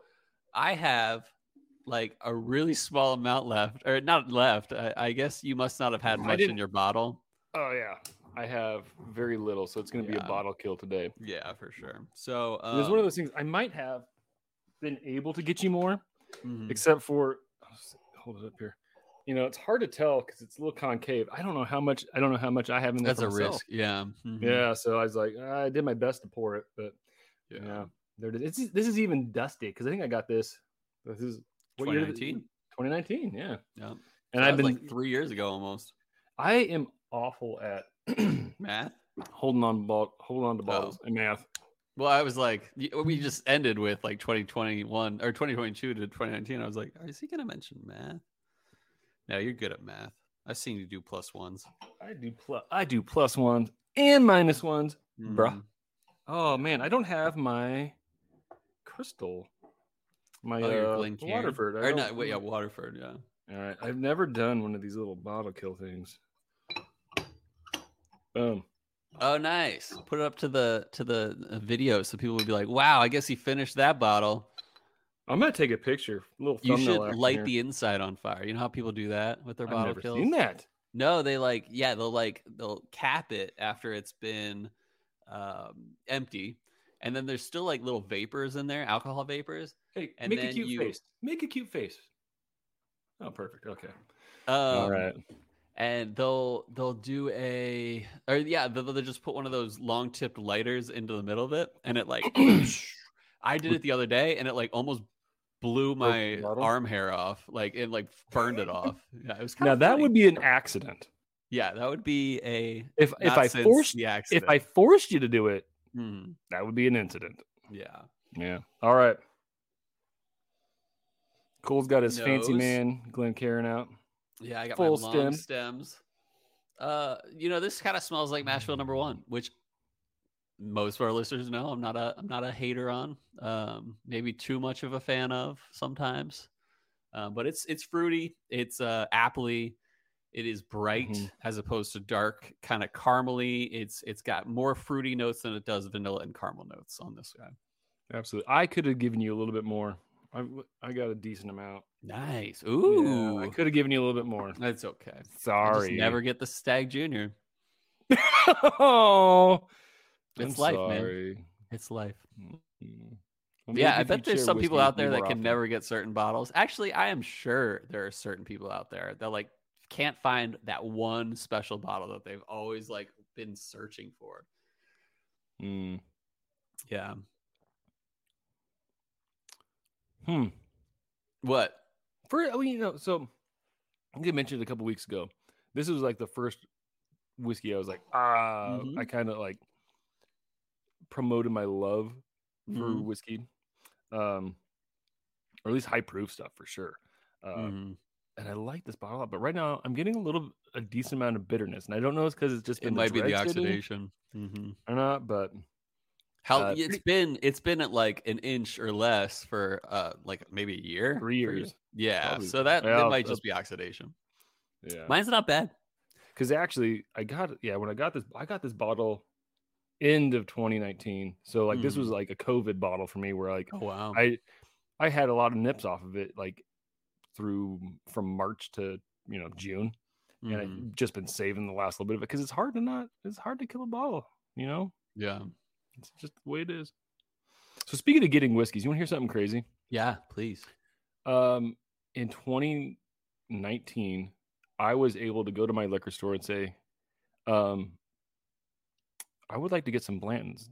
I have like a really small amount left, or not left. I, I guess you must not have had
I
much in
didn't-
your bottle.
Oh yeah, I have very little, so it's going to be
Yeah.
a bottle kill today.
Yeah, for sure. So
It was one of
um,
those things I might have been able to get you more,
mhm.
except for oh, hold it up here. You know, it's hard to tell because it's a little concave. I don't know how much. I don't know how much I have in there.
That's
for
a
myself.
risk. Yeah. mhm.
Yeah, so I was like, "Ah, I did my best to pour it, but yeah,
Yeah.
there it is. It's, this is even dusty because I think I got this. This is what year did it-
2019?
2019, yeah.
Yeah.
And
That
I've
was,
been
like three years ago almost.
I am awful at
Math.
holding on ball, hold
Oh.
on to bottles and math.
Well, I was like, y- uh, we just ended with like 2021 or 2022 to 2019. I was like, "Oh, is he going to mention math? No, you're good at math. I've seen you do plus ones.
I do plus I do plus ones and minus ones. Bruh.
Mhm.
Oh man, I don't have my crystal. My
Oh, you're
uh,
Glencairn.
Waterford. I
Or
don't-
not, wait, yeah, Waterford. Yeah.
All right. I've never done one of these little bottle kill things. Um, Boom.
Oh, nice. Put it up to the to the uh, video so people would be like, wow, I guess he finished that bottle.
I'm gonna take a picture. Little
You
thumbnail
should
action
light
here.
the inside on fire. You know how people do that with their
I've
bottle
never
kills?
seen that.
No, they like yeah, they'll like they'll cap it after it's been um, empty, and then there's still like little vapors in there, alcohol vapors.
Hey,
And
make a
then
cute
you-
face. Make a cute face. Oh, perfect. Okay.
Um,
All right.
And they'll they'll do a or yeah, they'll, they'll just put one of those long tipped lighters into the middle of it, and it like I did it the other day, and it like almost blew my
bottle?
arm hair off, like it like burned it off. Yeah, it was kind
Now
of
that would be an accident.
yeah, that would be a
If if
not
I
since
forced
the
if
accident.
I forced you to do it,
Hmm,
that would be an incident.
yeah.
Yeah. All right. Cole's got his fancy
Nose.
man Glenn Karen out.
Yeah, I got
Full
my long
stem.
stems. Uh, you know, this kind of smells like Mashville number one, which most of our listeners know I'm not a I'm not a hater on. Um, maybe too much of a fan of sometimes. Um, but it's it's fruity, it's uh appley, it is bright
Mhm.
as opposed to dark, kind of caramely. It's it's got more fruity notes than it does vanilla and caramel notes on this guy.
Absolutely. I could have given you a little bit more. I I got a decent amount.
Nice.
Yeah,
Ooh.
I could have given you a little bit more.
That's okay. I just
Sorry.
never get the stag junior.
oh,
It's life, man. It's life.
man.
yeah, I bet there's some people out there that can never get certain bottles. Actually, I am sure there are certain people out there that like can't find that one special bottle that they've always like been searching for.
Mm.
Yeah.
Hmm.
What?
For I mean, you know, so I think I mentioned it a couple weeks ago. This was like the first whiskey I was like, ah,
Mhm.
I kind of like promoted my love for
Mhm.
whiskey, um, or at least high proof stuff for sure. Um,
Mhm.
And I like this bottle, a lot, but right now I'm getting a little, a decent amount of bitterness, and I don't know if it's because it's just been
It might be the
dregs sitting
oxidation. Mhm.
or not, but
How
Uh,
it's been? It's been at like an inch or less for uh like maybe a year,
Three
for you?
years.
Yeah.
Probably.
So that
Yeah,
that might
that's-
just be oxidation.
yeah.
Mine's not bad.
because actually I got yeah when I got this I got this bottle end of 2019 so like this
Mhm.
was like a COVID bottle for me where like
Oh wow.
I I had a lot of nips off of it like through from March to you know June and
Mhm.
I've just been saving the last little bit of it because it's hard to not it's hard to kill a bottle you know
yeah.
it's just the way it is so speaking of getting whiskeys you want to hear something crazy
Yeah. Please.
um in 2019 i was able to go to my liquor store and say um i would like to get some blantons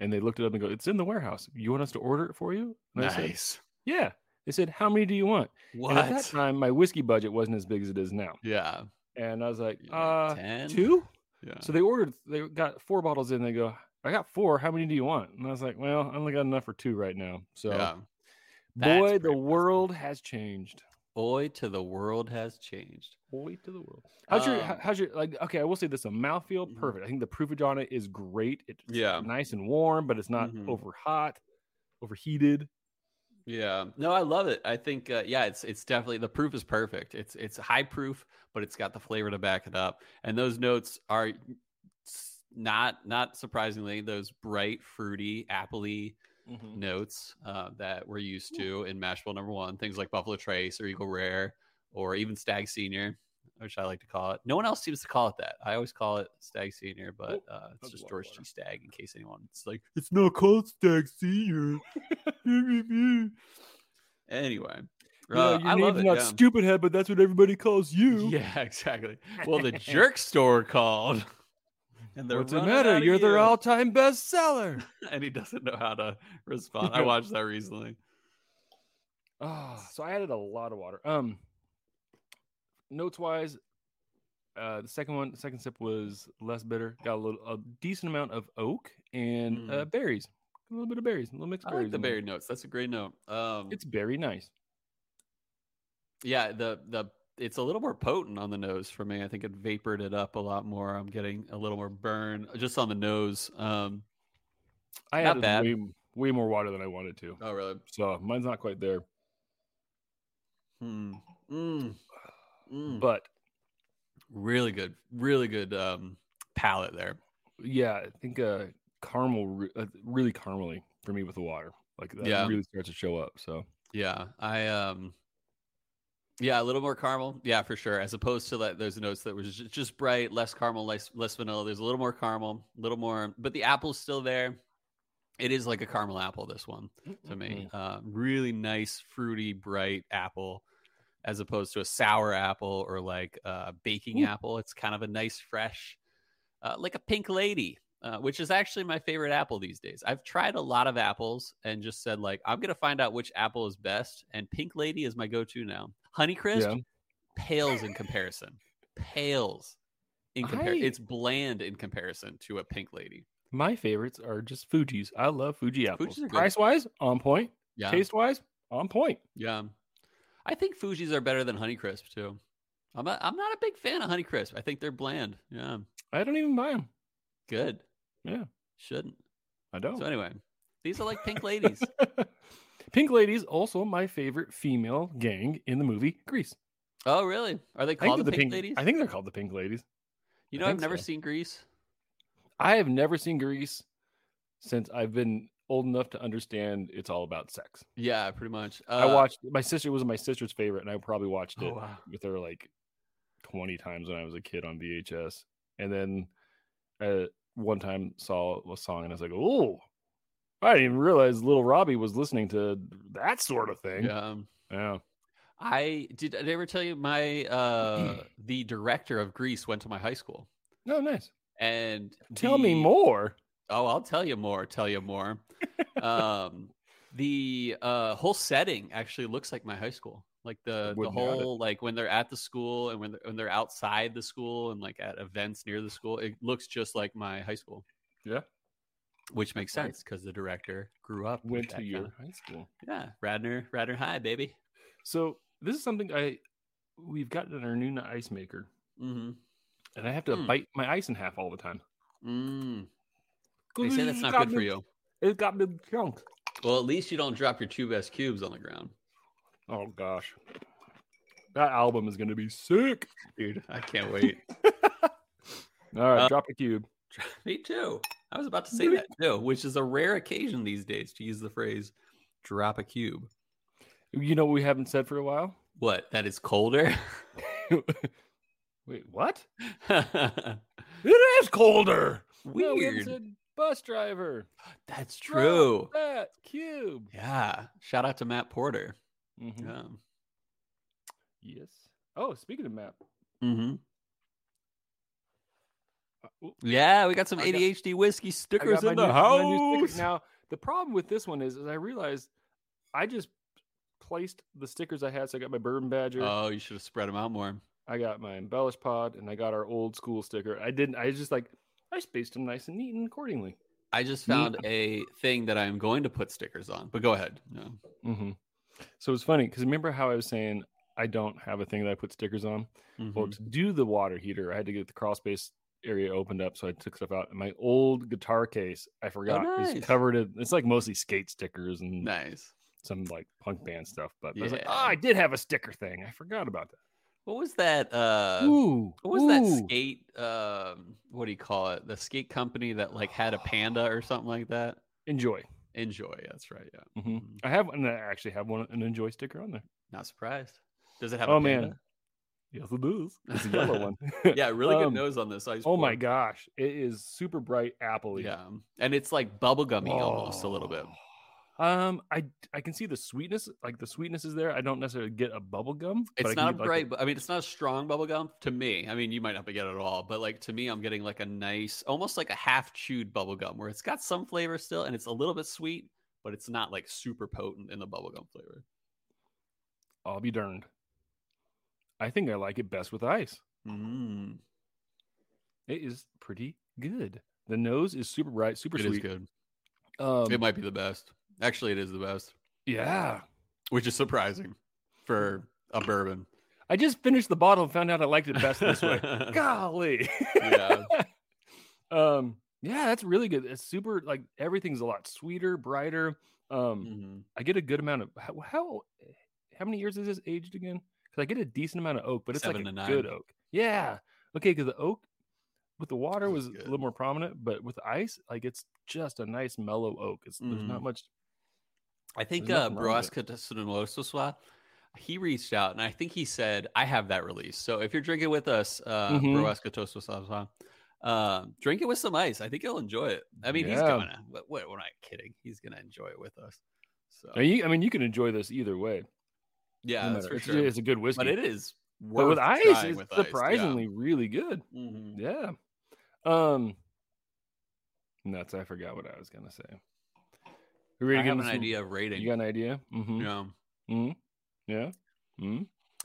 and they looked it up and go it's in the warehouse you want us to order it for you and i said yeah they said how many do you want
What?
and at that time my whiskey budget wasn't as big as it is now
yeah.
and i was like
Yeah,
uh
10?
two
Yeah.
so they ordered they got four bottles in they go i got four how many do you want and i was like well i only got enough for two right now so
yeah. That's
boy the
pretty
world has changed
Boy, to the world has changed.
Wait to the world. How's your
Um,
how- how's your like? Okay, I will say this: a mouthfeel,
Mhm.
perfect. I think the proofage on it is great. It's
Yeah.
nice and warm, but it's not
Mhm.
over hot, overheated.
Yeah. No, I love it. I think uh, yeah, it's it's definitely the proof is perfect. It's it's high proof, but it's got the flavor to back it up. And those notes are s- not not surprisingly those bright, fruity, appley
Mm-hmm.
notes uh, that we're used to in Mashable number one, things like Buffalo Trace or Eagle Rare or even Stag Senior, which I like to call it. No one else seems to call it that. I always call it Stag Senior, but uh, it's
that's a lot
just
of
George
water.
G. Stag in case anyone. It's like, it's not called Stag Senior. anyway, uh, I love it.
not
yeah.
stupid head, but that's what everybody calls you.
yeah, exactly. Well, the jerk store called. And they're
What's the
running
matter?
out of
You're their
you.
all-time bestseller.
and he doesn't know how to respond. I
Yeah.
watched that recently.
Ah, so I added a lot of water. Um, notes wise, uh, the second one, the second sip was less bitter. Got a little, a decent amount of oak and
Mm.
uh, berries. A little bit of berries, a little mixed
I
berries.
like the
in there.
berry notes. That's a great note. Um,
It's very nice.
yeah, the the it's a little more potent on the nose for me. I think it vapored it up a lot more. I'm getting a little more burn just on the nose. Um,
I
not
added
bad.
way way more water than I wanted to,
oh really?
so mine's not quite there.
Hmm. Mm. Mm.
But
Really good, really good um, palate there.
yeah, I think uh, caramel re- uh, really caramely for me with the water. Like that
Yeah.
really starts to show up. So
Yeah, I um, Yeah, a little more caramel. Yeah, for sure. As opposed to that, those notes that were ju- just, bright, less caramel, less, less vanilla. There's a little more caramel, a little more, but the apple's still there. It is like a caramel apple, this one to
Mm-hmm.
me. Uh, really nice, fruity, bright apple, as opposed to a sour apple or like a baking
Ooh.
apple. It's kind of a nice, fresh, uh, like a pink lady, uh, which is actually my favorite apple these days. I've tried a lot of apples and just said, like, I'm going to find out which apple is best. And pink lady is my go to now. Honeycrisp
Yeah.
pales in comparison. Pales. In compar-
I-
it's bland in comparison to a pink lady.
Mm-hmm. My favorites are just Fuji's. I love Fuji apples.
are good.
Price wise, on point.
Yeah.
Taste wise, on point.
Yeah. I think Fuji's are better than Honeycrisp too. I'm not, I'm not a big fan of Honeycrisp. I think they're bland. Yeah.
I don't even buy them.
Good.
Yeah. Oh.
Shouldn't.
I don't.
So anyway, these are like pink ladies.
Pink Ladies, also my favorite female gang in the movie Grease.
oh, really? Are they
I think,
called the
they're
pink, ladies?
I think they're called the Pink Ladies.
you
I
know,
think
I've never
so.
seen Grease.
I have never seen Grease since I've been old enough to understand it's all about sex.
Yeah, pretty much. Uh,
I watched my sister it was my sister's favorite, and I probably watched
Oh,
it
wow.
with her like twenty times when I was a kid on VHS. And then uh, one time saw a song, and I was like, "Oh, I didn't even realize Little Robbie was listening to that sort of thing."
Yeah. um,
yeah.
I did. Did I ever tell you my uh the director of Grease went to my high school?
No, nice.
And
Tell me
the-
more.
Oh, I'll tell you more. Tell you more. um, the uh, whole setting actually looks like my high school. Like the the
Wouldn't doubt it.
whole like when they're at the school and when they're, when they're outside the school and like at events near the school, it looks just like my high school.
Yeah.
which makes
Right.
sense because the director grew up. with
Went
that
to your
kinda-
high school.
yeah, Radner Radner High, baby.
So this is something I we've got in our new ice maker,
hmm
and I have to
Hmm.
bite my ice in half all the time.
Mm. They say that's not good for you.
It got me chunk.
Well, at least you don't drop your two best cubes on the ground,
Oh gosh, that album is gonna be sick.
dude. I can't wait.
All right,
Uh,
drop a cube.
Me too. I was about to say that too, which is a rare occasion these days to use the phrase drop a cube.
You know what we haven't said for a while.
What? That is colder?
Wait, what?
Weird.
It is colder. No, we haven't said bus driver.
That's
Drop
true.
That cube.
Yeah. Shout out to Matt Porter. Um,
Mhm.
Yeah.
Yes. Oh, speaking of map,
hmm
oh,
Yeah, we got some
I got-
ADHD whiskey
I
stickers
got
in
my
the
new- my new stickers.
house.
Now the problem with this one is, is I realized I just placed the stickers I had. So I got my bourbon badger,
Oh, you should have spread them out more.
I got my embellish pod, and I got our old school sticker. I didn't. I just like I spaced them nice and neat and accordingly.
I just
Me-
found a thing that I'm going to put stickers on, but go ahead. Yeah.
Mm-hmm. So it's funny because remember how I was saying I don't have a thing that I put stickers on. Well,
Mhm.
to do the water heater, I had to get the crawl space area opened up, so I took stuff out. And my old guitar case, I forgot,
Oh, nice.
is covered in. It's like mostly skate stickers and
Nice.
some like punk band stuff. But I was like,
Yeah.
oh, I did have a sticker thing. I forgot about that.
What was that? Uh,
ooh,
What was that
ooh.
skate? Um, what do you call it? The skate company that like had a panda or something like that.
Enjoy.
Enjoy. That's right. Yeah.
Mhm.
Mhm.
I have, and I actually have one an enjoy sticker on there.
Not surprised. Does it have?
Oh,
a
man.
panda?
Yes, it is. It's a yellow one.
Yeah, really good
Um,
nose on this ice.
Oh my
board.
gosh, it is super bright apple.
Yeah, um, and it's like bubblegummy almost a little bit.
Oh, Um, I I can see the sweetness, like the sweetness is there. I don't necessarily get a bubble gum. but I
It's
can
not a
get, like,
bright. bu- I mean, it's not a strong bubblegum to me. I mean, you might not be getting it at all, but like to me, I'm getting like a nice, almost like a half chewed bubblegum where it's got some flavor still, and it's a little bit sweet, but it's not like super potent in the bubblegum flavor.
I'll be darned. I think I like it best with ice.
Mm,
It is pretty good. The nose is super bright, super
it
sweet.
is good.
Um,
it might be the best. Actually, it is the best,
yeah.
which is surprising for a bourbon.
I just finished the bottle and found out I liked it best this way. Golly.
Yeah.
Um, yeah, that's really good. It's super like everything's a lot sweeter, brighter. Um,
Mhm.
I get a good amount of how how, how many years is this aged again? Because I get a decent amount of oak, but it's
Seven
like
to
a
nine.
good oak. Yeah. Okay, because the oak with the water was
That's
a little
good.
more prominent, but with ice, like it's just a nice
Mm-hmm.
mellow oak. It's there's not much.
I think
There's
uh,
nothing wrong with
Broasca de Sunosuwa, he reached out and I think he said, I have that release. So if you're drinking with us, uh,
Mhm.
Proesca Toast with Salsa, um, drink it with some ice. I think he'll enjoy it. I mean, he's
Yeah.
gonna, what, what, we're not kidding. He's gonna enjoy it with us. So,
Now, you- I mean, you can enjoy this either way.
yeah,
No
that's
matter.
for
it's,
sure.
it's a good whiskey.
But it is
But
worth
with ice,
trying
it's
with ice, yeah.
surprisingly really good.
Mhm.
Yeah. Um. Nuts. I forgot what I was gonna say. We were
I have
getting
an
some-
idea of rating.
You got an idea? Mm-hmm.
Yeah.
hmm Yeah. hmm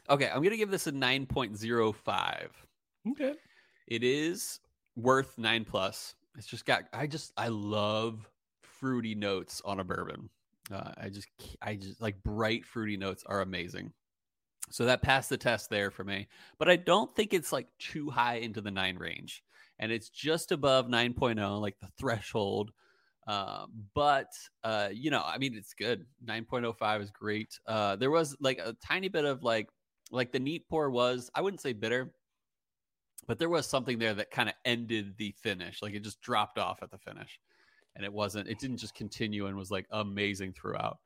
Okay, I'm gonna give this a 9.05.
Okay.
It is worth nine plus. It's just got. I just I love fruity notes on a bourbon. Uh, I just c- I just like bright fruity notes are amazing. So that passed the test there for me. But I don't think it's like too high into the nine range, and it's just above 9.0, like the threshold. Uh, but uh, you know, I mean, it's good. 9.05 is great. Uh, there was like a tiny bit of like like the neat pour was. I wouldn't say bitter but there was something there that kind of ended the finish like it just dropped off at the finish and it wasn't it didn't just continue and was like amazing throughout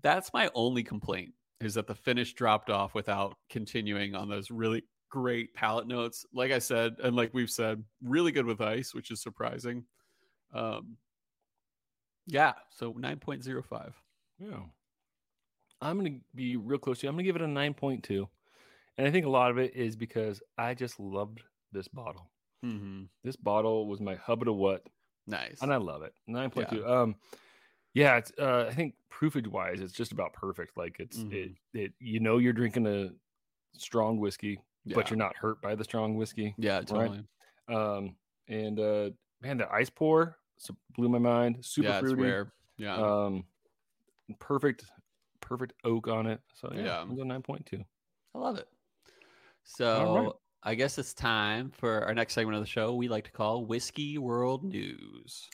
that's my only complaint is that the finish dropped off without continuing on those really great palette notes like i said and like we've said really good with ice which is surprising um yeah so 9.05
Yeah. I'm gonna be real close to you. I'm gonna give it a nine point two, and I think a lot of it is because I just loved this bottle.
mm-hmm.
This bottle was my hub to what
nice
and I love it. Nine point two. Um, yeah, it's. Uh, I think proofage wise, it's just about perfect. Like it's
Mhm.
it, it. You know, you're drinking a strong whiskey,
Yeah.
but you're not hurt by the strong whiskey.
yeah totally
Um, and uh, man, the ice pour so blew my mind. Super
yeah it's
fruity.
rare yeah
Um, perfect, perfect oak on it. So yeah,
Yeah.
I'm going nine point two.
I love it.
All
So
right.
I guess it's time for our next segment of the show. We like to call Whiskey World News.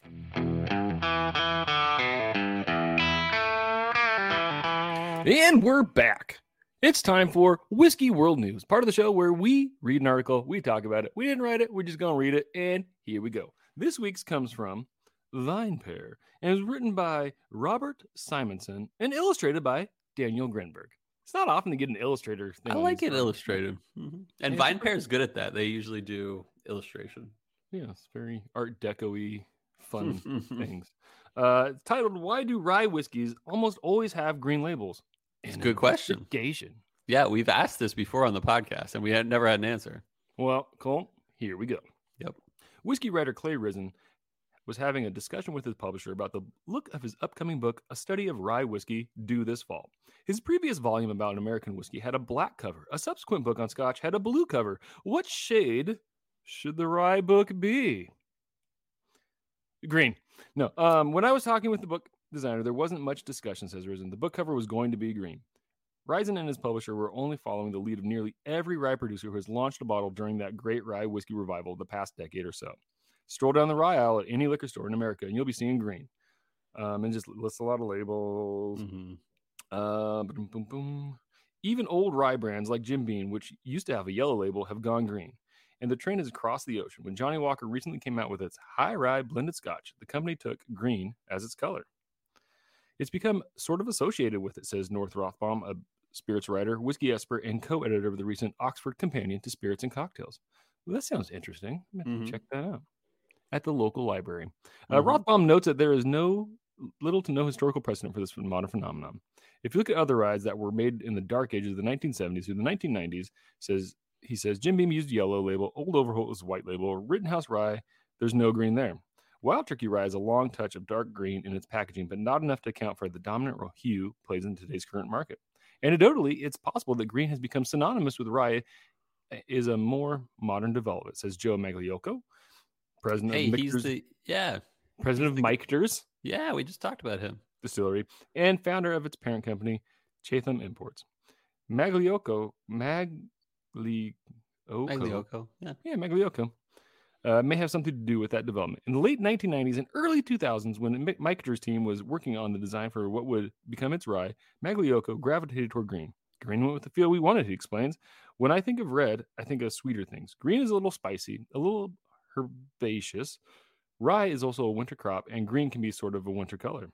And we're back. It's time for Whiskey World News, part of the show where we read an article, we talk about it. We didn't write it, we're just going to read it. And here we go. This week's comes from Vine Pair and is written by Robert Simonson and illustrated by Daniel Grenberg. It's not often to get an illustrator thing.
I
on
like
these
it
articles.
illustrated. Mhm. And
Yeah,
Vine
super
Pair is good at that. They usually do illustration.
Yeah, it's very Art Deco y,
Hmm.
fun
Mm-hmm.
things. Uh, it's titled Why Do Rye Whiskeys Almost Always Have Green Labels?
It's a
An
good question.
investigation.
yeah, we've asked this before on the podcast and we had never had an answer.
Well, Cole, here we go.
Yep.
Whiskey writer Clay Risen was having a discussion with his publisher about the look of his upcoming book, A Study of Rye Whiskey, due this fall. His previous volume about American whiskey had a black cover. A subsequent book on Scotch had a blue cover. What shade should the rye book be? Green. No. Um, when I was talking with the book designer, there wasn't much discussion, says Risen. The book cover was going to be green. Risen and his publisher were only following the lead of nearly every rye producer who has launched a bottle during that great rye whiskey revival of the past decade or so. Stroll down the rye aisle at any liquor store in America, and you'll be seeing green. Um, and just lists a lot of labels.
Mhm.
Uh, boom, boom, boom. Even old rye brands like Jim Beam, which used to have a yellow label, have gone green. And the trend has crossed the ocean. When Johnny Walker recently came out with its high rye blended scotch, the company took green as its color. It's become sort of associated with it, says North Rothbaum, a spirits writer, whiskey expert, and co editor of the recent Oxford Companion to Spirits and Cocktails. Well, that sounds interesting. I'm gonna have to
Mhm.
Check that out at the local library. Uh,
Mhm.
Rothbaum notes that there is no little to no historical precedent for this modern phenomenon. If you look at other rides that were made in the dark ages of the 1970s through the 1990s, says he says Jim Beam used yellow label, Old Overholt was white label, Rittenhouse Rye, there's no green there. Wild Turkey Rye has a long touch of dark green in its packaging, but not enough to account for the dominant ro- hue plays in today's current market. Anecdotally, it's possible that green has become synonymous with rye uh, is a more modern development, says Joe Magliocco, president
Hey,
of
he's
Michter's,
the yeah.
president of Michter's
Yeah, we just talked about him.
distillery and founder of its parent company, Chatham Imports. Magliocco, Magliocco,
Magliocco. Yeah.
yeah, Magliocco, uh, may have something to do with that development. In the late 1990s and early 2000s, when Mi- Michter's team was working on the design for what would become its rye, Magliocco gravitated toward green. Green went with the feel we wanted, he explains. When I think of red, I think of sweeter things. Green is a little spicy, a little herbaceous. Rye is also a winter crop, and green can be sort of a winter color.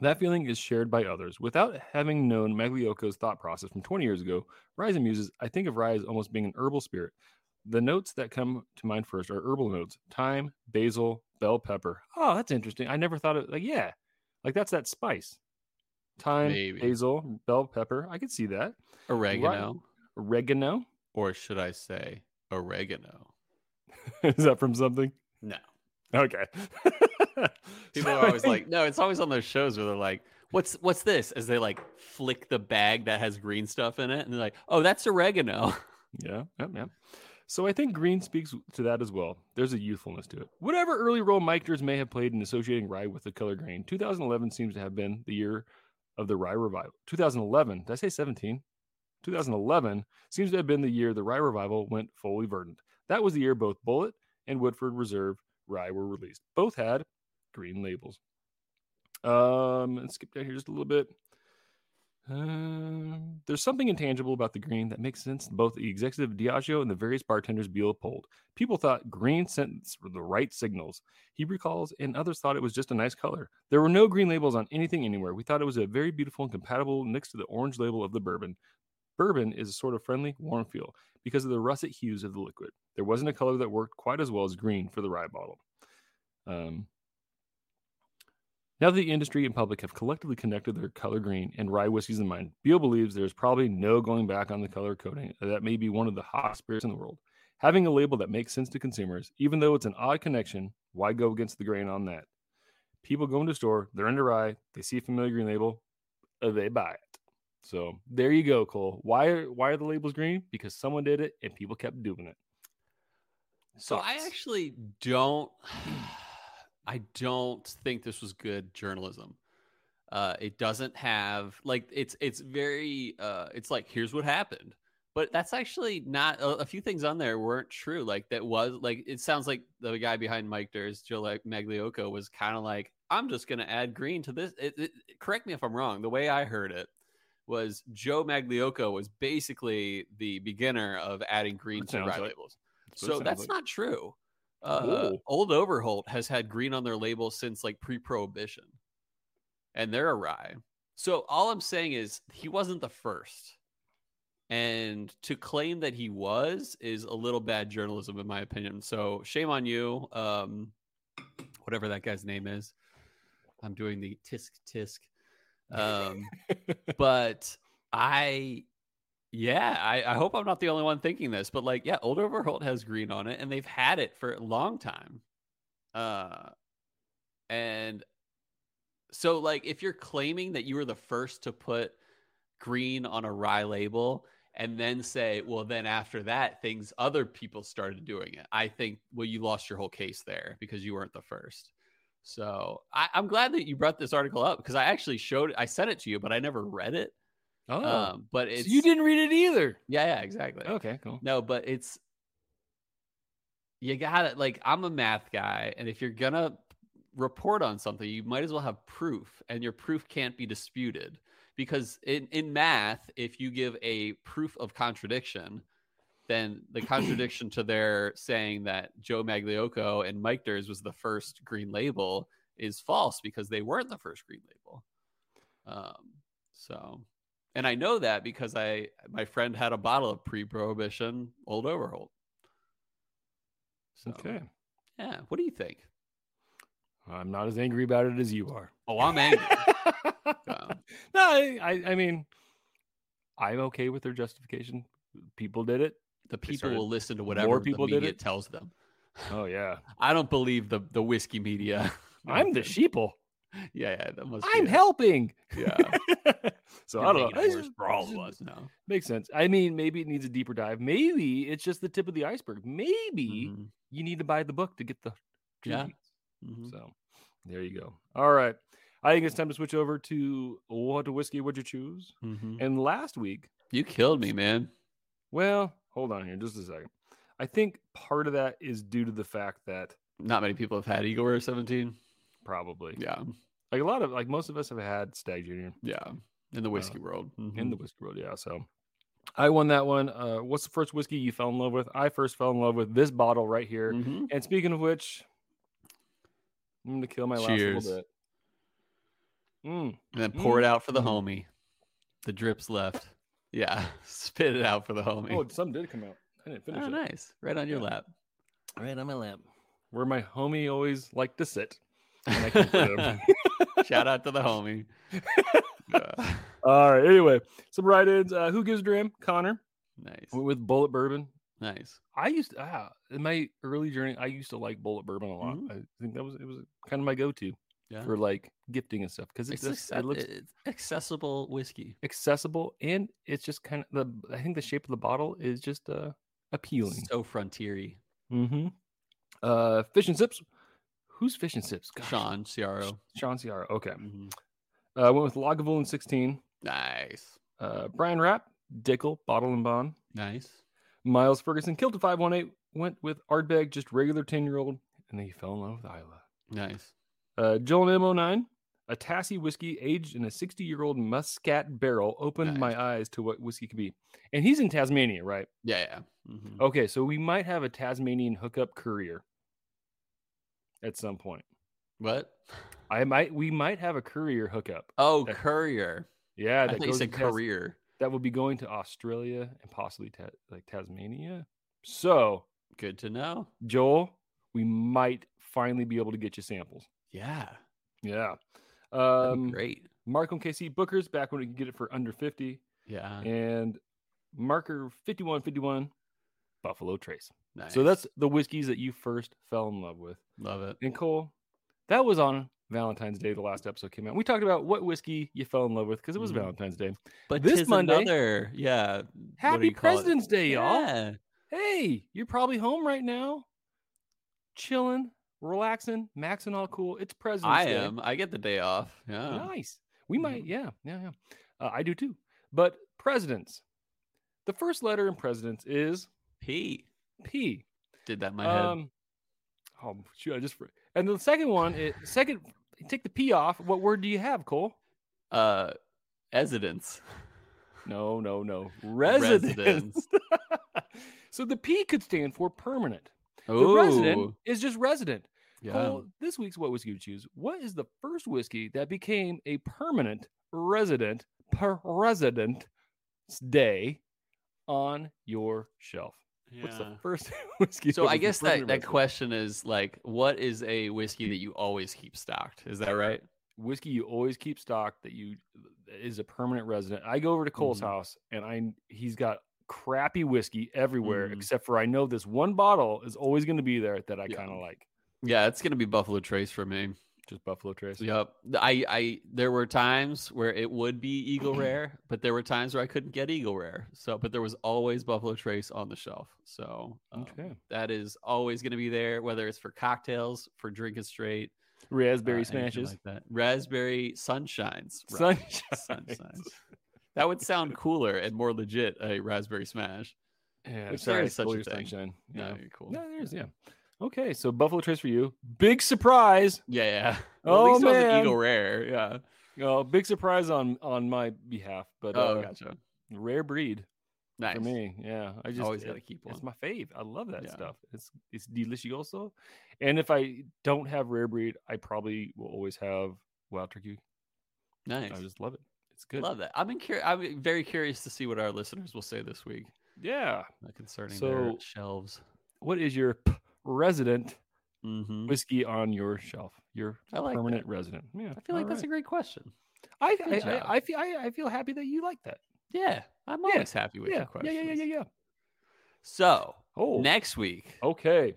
That feeling is shared by others. Without having known Maglioco's thought process from 20 years ago, Rye's Muses, I think of Rye as almost being an herbal spirit. The notes that come to mind first are herbal notes thyme, basil, bell pepper. Oh, that's interesting. I never thought of like, yeah, like that's that spice. Thyme,
Maybe.
basil, bell pepper. I could see that.
Oregano,
Oregano.
or should I say oregano?
is that from something?
No.
Okay.
People are always like, no, it's always on those shows where they're like, what's what's this? As they like flick the bag that has green stuff in it and they're like, oh, that's oregano.
Yeah, yeah, yeah. So I think Green speaks to that as well. There's a youthfulness to it. Whatever early role Mikers may have played in associating rye with the color green, 2011 seems to have been the year of the rye revival. 2011, did I say 17? 2011 seems to have been the year the rye revival went fully verdant. That was the year both Bullet and Woodford Reserve rye were released. Both had green labels. Um, and skip down here just a little bit. Um, there's something intangible about the green that makes sense to both the executive Diageo and the various bartenders Beal polled. People thought green sent the right signals. He recalls, and others thought it was just a nice color. There were no green labels on anything anywhere. We thought it was a very beautiful and compatible next to the orange label of the bourbon. Bourbon is a sort of friendly, warm feel because of the russet hues of the liquid. There wasn't a color that worked quite as well as green for the rye bottle. Um, now that the industry and public have collectively connected their color green and rye whiskeys in mind, Beale believes there's probably no going back on the color coding that may be one of the hot spirits in the world. Having a label that makes sense to consumers, even though it's an odd connection, why go against the grain on that? People go into a store, they're into rye, they see a familiar green label, uh, they buy it. So there you go, Cole. Why are why are the labels green? Because someone did it and people kept doing it.
So I
Thoughts?
actually don't. I don't think this was good journalism. Uh, it doesn't have like it's it's very uh, it's like here's what happened, but that's actually not a, a few things on there weren't true. Like that was like it sounds like the guy behind Mike Durs, Joe like Magliocco, was kind of like I'm just gonna add green to this. It, it, correct me if I'm wrong. The way I heard it was Joe Magliocco was basically the beginner of adding green
That
to
sounds
rye
like-
labels.
That's what it
So
sounds
that's
like.
not true. Uh,
Ooh.
Old Overholt has had green on their label since like pre-prohibition, and they're a rye. So all I'm saying is he wasn't the first, and to claim that he was is a little bad journalism, in my opinion. So shame on you, um, whatever that guy's name is. I'm doing the tisk tisk, um, but I yeah, I, I hope I'm not the only one thinking this, but like, yeah, Old Overholt has green on it, and they've had it for a long time. Uh, and so, like, if you're claiming that you were the first to put green on a rye label, and then say, well, then after that, things other people started doing it. I think, well, you lost your whole case there because you weren't the first. So I, I'm glad that you brought this article up because I actually showed, I sent it to you, but I never read it.
Oh,
Um, but
so
it's
you didn't read it either.
yeah, yeah, exactly.
Okay, cool.
No, but it's you gotta like I'm a math guy, and if you're gonna report on something, you might as well have proof, and your proof can't be disputed. Because in, in math, if you give a proof of contradiction, then the contradiction to their saying that Joe Magliocco and Mike Durs was the first green label is false because they weren't the first green label. Um, so and I know that because I my friend had a bottle of pre-prohibition Old Overholt. So,
Okay.
Yeah. What do you think?
I'm not as angry about it as you are.
Oh, I'm angry.
no, I, I, I mean, I'm okay with their justification. People did it.
the
They
people
started-
will listen to whatever
more people
people the
did
media
it?
tells them.
Oh yeah,
I don't believe the the whiskey media. No
I'm the
offense.
sheeple.
Yeah, yeah. That must.
I'm
be it.
helping.
Yeah.
so
You're
I don't
making
know.
it
It's
worse
just-
for all
it's
of
just-
us now.
Makes sense. I mean, maybe it needs a deeper dive. Maybe it's just the tip of the iceberg. Maybe
Mhm,
you need to buy the book to get the. true
Yeah.
deets.
mhm.
So there you go. All right. I think it's time to switch over to what whiskey would you choose?
Mhm.
And last week
You killed me, man.
Well, hold on here just a second. I think part of that is due to the fact that
Not many people have had Eagle Rare 17.
probably
Yeah.
like a lot of like most of us have had Stag Junior
Yeah. In the whiskey world.
in
Mhm.
the whiskey world, yeah. So I won that one. Uh, what's the first whiskey you fell in love with? I first fell in love with this bottle right here.
Mhm.
And speaking of which, I'm gonna kill my last
Cheers.
little bit. Mm.
and then pour it out for the homie. The drips left. Yeah, spit it out for the homie.
Oh, some did come out. I didn't finish
oh,
it.
nice, right on your
Yeah.
lap.
Right on my lap, where my homie always liked to sit. And I comforted him.
Shout out to the homie. Uh,
All right. Anyway, some write-ins. Uh, who gives a damn? Connor
nice,
went with bullet bourbon.
nice.
I used to, ah, in my early journey, I used to like bullet bourbon a lot. I think that was it was kind of my go-to
Yeah.
for like gifting and stuff because
It's,
it's just,
acce-
it looks
it's accessible whiskey.
accessible and it's just kind of the I think the shape of the bottle is just uh appealing.
So frontiery.
Mm-hmm. Uh, fish and sips. Who's fish and sips? Gosh,
Sean Ciaro.
Sean Ciara. Okay.
Mhm.
Uh, went with Lagavulin 16.
Nice,
Uh, Brian Rapp, Dickel, Bottle and Bond.
nice.
Miles Ferguson killed a 518, went with Ardbeg, just regular 10 year old, and then he fell in love with Isla.
Nice.
Uh, Joel M09, a Tassie whiskey aged in a 60 year old muscat barrel opened
Nice.
my eyes to what whiskey could be. And he's in Tasmania, right?
Yeah, yeah. Mhm.
Okay, so we might have a Tasmanian hookup career at some point.
What?
I might, we might have a courier hookup.
Oh,
That-
courier.
Yeah,
I thought you
goes
said
to Tas-
career.
that will be going to Australia and possibly ta- like Tasmania. So,
Good to know.
Joel, we might finally be able to get you samples.
Yeah.
Yeah.
that'd be
Um,
great.
Markham KC Booker's back when we could get it for under 50.
Yeah.
And marker 5151, Buffalo Trace.
Nice.
So that's the whiskeys that you first fell in love with.
love it.
And Cole, that was on Valentine's Day, the last episode came out. We talked about what whiskey you fell in love with because it was
Mhm.
Valentine's Day.
But
This
tis
Monday-
another, yeah. what do
Happy
you call it?
President's Day, y'all.
Yeah.
hey, you're probably home right now, chilling, relaxing, maxing all cool. It's President's
I
Day.
am. I get the day off. Yeah.
Nice. We
Mhm.
might, yeah, yeah, yeah. Uh, I do too. But presidents, the first letter in presidents is
Pete
P.
did that in my head.
Um, oh shoot, I just for- and the second one, it, second, take the P off. What word do you have, Cole?
Uh, residence.
No, no, no. Resident.
Residence.
so the P could stand for permanent. The
Ooh.
resident is just resident.
Yeah.
Cole, this week's What Whiskey Would You Choose? What is the first whiskey that became a permanent resident, president's day on your shelf? What's the
Yeah.
first whiskey?
So
that
I
was a
guess that,
permanent
that
resident?
question is like, what is a whiskey that you always keep stocked? Is that right?
whiskey you always keep stocked that you that is a permanent resident. I go over to Cole's
Mhm.
house and I he's got crappy whiskey everywhere
Mhm.
except for I know this one bottle is always going to be there that I
Yeah.
kind of like.
Yeah, it's gonna be Buffalo Trace for me.
Just Buffalo Trace.
Yep. I, I there were times where it would be Eagle Rare, but there were times where I couldn't get Eagle Rare. So, but there was always Buffalo Trace on the shelf. So, um,
Okay.
that is always going to be there, whether it's for cocktails, for drinking straight, uh,
Raspberry
anything
smashes.
like that. raspberry sunshines, right.
Sunshines.
sunshines. That would sound cooler and more legit a raspberry smash.
Yeah,
If
sorry,
there
I
is
stole
such
your
a thing.
sunshine.
Yeah,
Yeah.
that'd be cool.
No, there's yeah. Okay, so Buffalo Trace for you. Big surprise.
yeah, yeah. Well, at
Oh,
least it wasn't
man.
Eagle Rare. Yeah.
Oh, big surprise on on my behalf, but
Oh,
uh,
gotcha.
rare breed
Nice.
for me. Yeah, I just
Always
it-
got to keep one.
It's my fave. I love that
Yeah.
stuff. It's it's delicioso. And if I don't have rare breed, I probably will always have wild turkey.
nice.
I just love it. It's good.
Love that. I'm in cur- I'm very curious to see what our listeners will say this week
Yeah.
uh, concerning their
So-
shelves.
What is your p- resident
Mm-hmm.
whiskey on your shelf? Your
I like. That.
permanent resident. Yeah.
I feel like that's
alright.
a great question.
I,
Good
I,
job.
I, I feel I, I feel happy that you like that.
Yeah, I'm
Yeah,
always happy with
Yeah,
your questions.
yeah, yeah, yeah, yeah, yeah.
So
Oh,
next week
okay.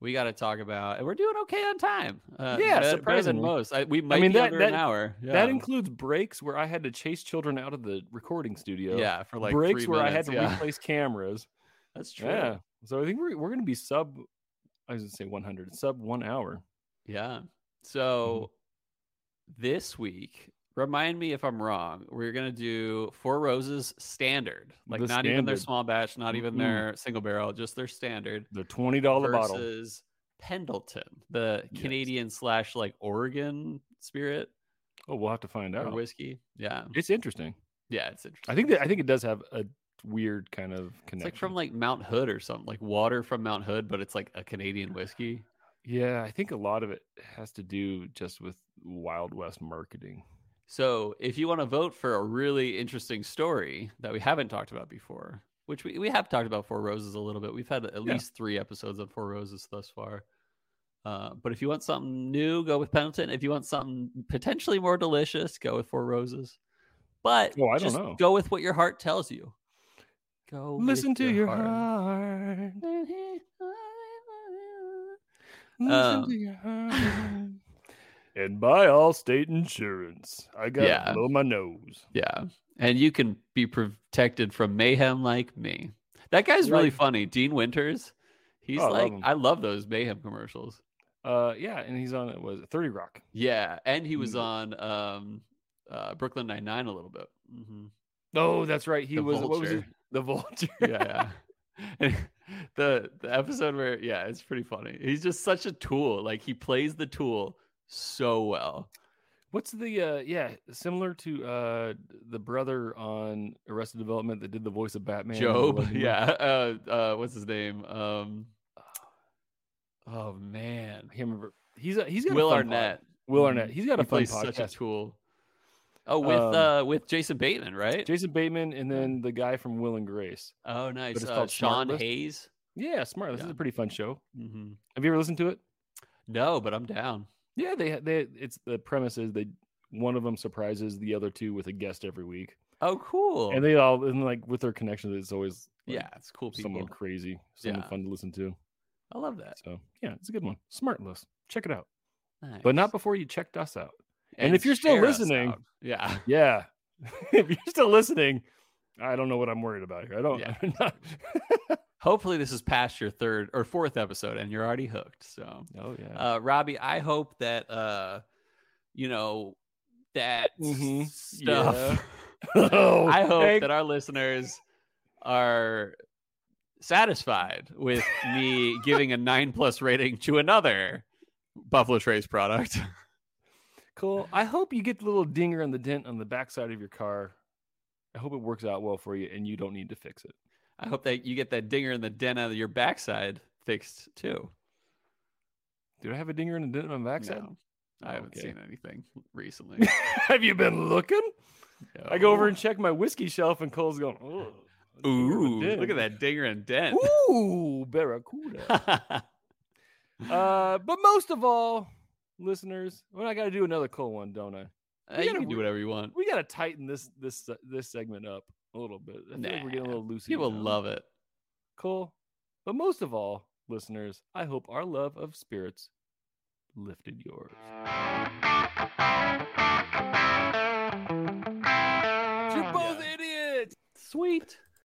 we got to talk about, and we're doing okay on time. Uh,
Yeah,
bet- better than
surprisingly.
most. I, we might
mean,
be
that-
under
that-
an hour. Yeah.
That includes breaks where I had to chase children out of the recording studio.
yeah for like
breaks
three
where I had
minutes,
to
yeah.
replace cameras.
That's true.
Yeah. So I think we're, we're going to be sub, I was going to say 100, sub one hour. Mm-hmm.
Yeah. So this week, remind me if I'm wrong. We're gonna do Four Roses standard, like
The
not even their
standard.
small batch, not even
Mm-mm.
their single barrel, just their standard
The $20 bottle.
versus Pendleton, the
Yes.
Canadian slash like Oregon spirit
Oh, we'll have to find
or
out.
whiskey. Yeah,
It's interesting.
yeah, it's interesting.
I think that, I think it does have a weird kind of connection.
it's like from like Mount Hood or something, like water from Mount Hood, but it's like a Canadian whiskey.
yeah. I think a lot of it has to do just with Wild West marketing.
So if you want to vote for a really interesting story that we haven't talked about before, which we, we have talked about Four Roses a little bit. We've had at least three episodes on Four Roses thus far. Uh, but if you want something new, go with Pendleton. If you want something potentially more delicious, go with Four Roses. But
Oh, I don't
just
know.
go with what your heart tells you. Go with
Listen to your heart. Listen
Um,
to your heart. and buy all state insurance. I got
Yeah.
to blow my nose.
Yeah. And you can be protected from mayhem like me. That guy's really
Like-
funny. Dean Winters. He's
Oh, I love
like,
him.
I love those mayhem commercials.
Uh, yeah, and he's on it was it, Thirty Rock.
Yeah. And he was
Mm.
on um, uh, Brooklyn Nine-Nine a little bit. hmm
Oh, that's right. He
The
was what was his-
Vulture.
the vulture.
Yeah. And the, the episode where, yeah, it's pretty funny. He's just such a tool. Like, he plays the tool so well.
What's the uh yeah similar to uh the brother on Arrested Development that did the voice of Batman? in the
Job.
Lego movie?
Yeah. Uh, uh, what's his name? Um, oh, man.
I can't remember. He's a, he's got
Will
a fun pod-
Arnett.
Will
Mhm.
Arnett. He's got a
he
fun
plays
podcast.
such a tool. Oh, with
Um,
uh with Jason Bateman, right?
Jason Bateman and then the guy from Will and Grace.
oh, nice.
it's
Uh,
called Smart
Sean
List.
Hayes.
Yeah, smart. This
Yeah.
is a pretty fun show.
Mm-hmm.
Have you ever listened to it?
No, but I'm down.
Yeah, they they it's the premise is they one of them surprises the other two with a guest every week,
Oh, cool.
and they all and like with their connections, it's always like,
yeah, it's cool people.
someone crazy, someone
Yeah.
fun to listen to.
I love that.
So yeah, it's a good one. Smart list. Check it out,
Nice.
but not before you checked us out. and if you're still
share us
listening-
out. yeah,
Yeah, if you're still listening, I don't know what I'm worried about here. I don't.
Yeah.
I'm not-
hopefully this is past your third or fourth episode, and you're already hooked. So,
oh yeah.
uh, Robbie, I hope that uh, you know that
Mhm.
stuff.
Yeah. Oh,
I hope
thank-
that our listeners are satisfied with me giving a nine plus rating to another Buffalo Trace product.
Cool. I hope you get the little dinger and the dent on the backside of your car. I hope it works out well for you and you don't need to fix it.
I hope that you get that dinger in the den out of your backside fixed too.
Did I have a dinger and a dent on my backside?
No, I haven't
Okay.
seen anything recently.
have you been looking? I go over and check my whiskey shelf and Cole's going, oh. a dinger and a
Oh. Ooh, look
dent."
at that dinger Eh, and dent.
Ooh, Barracuda. uh, but most of all, listeners, well, I got to do another Cole one, don't I?
Uh,
we
you
gotta
can do
re-
whatever you want.
We got to tighten this this uh, this segment up a little bit. I feel like we're getting a
Nah,
little loosey.
People
now.
love it.
Cole, but most of all, listeners, I hope our love of spirits lifted yours. You're both idiots.
Sweet.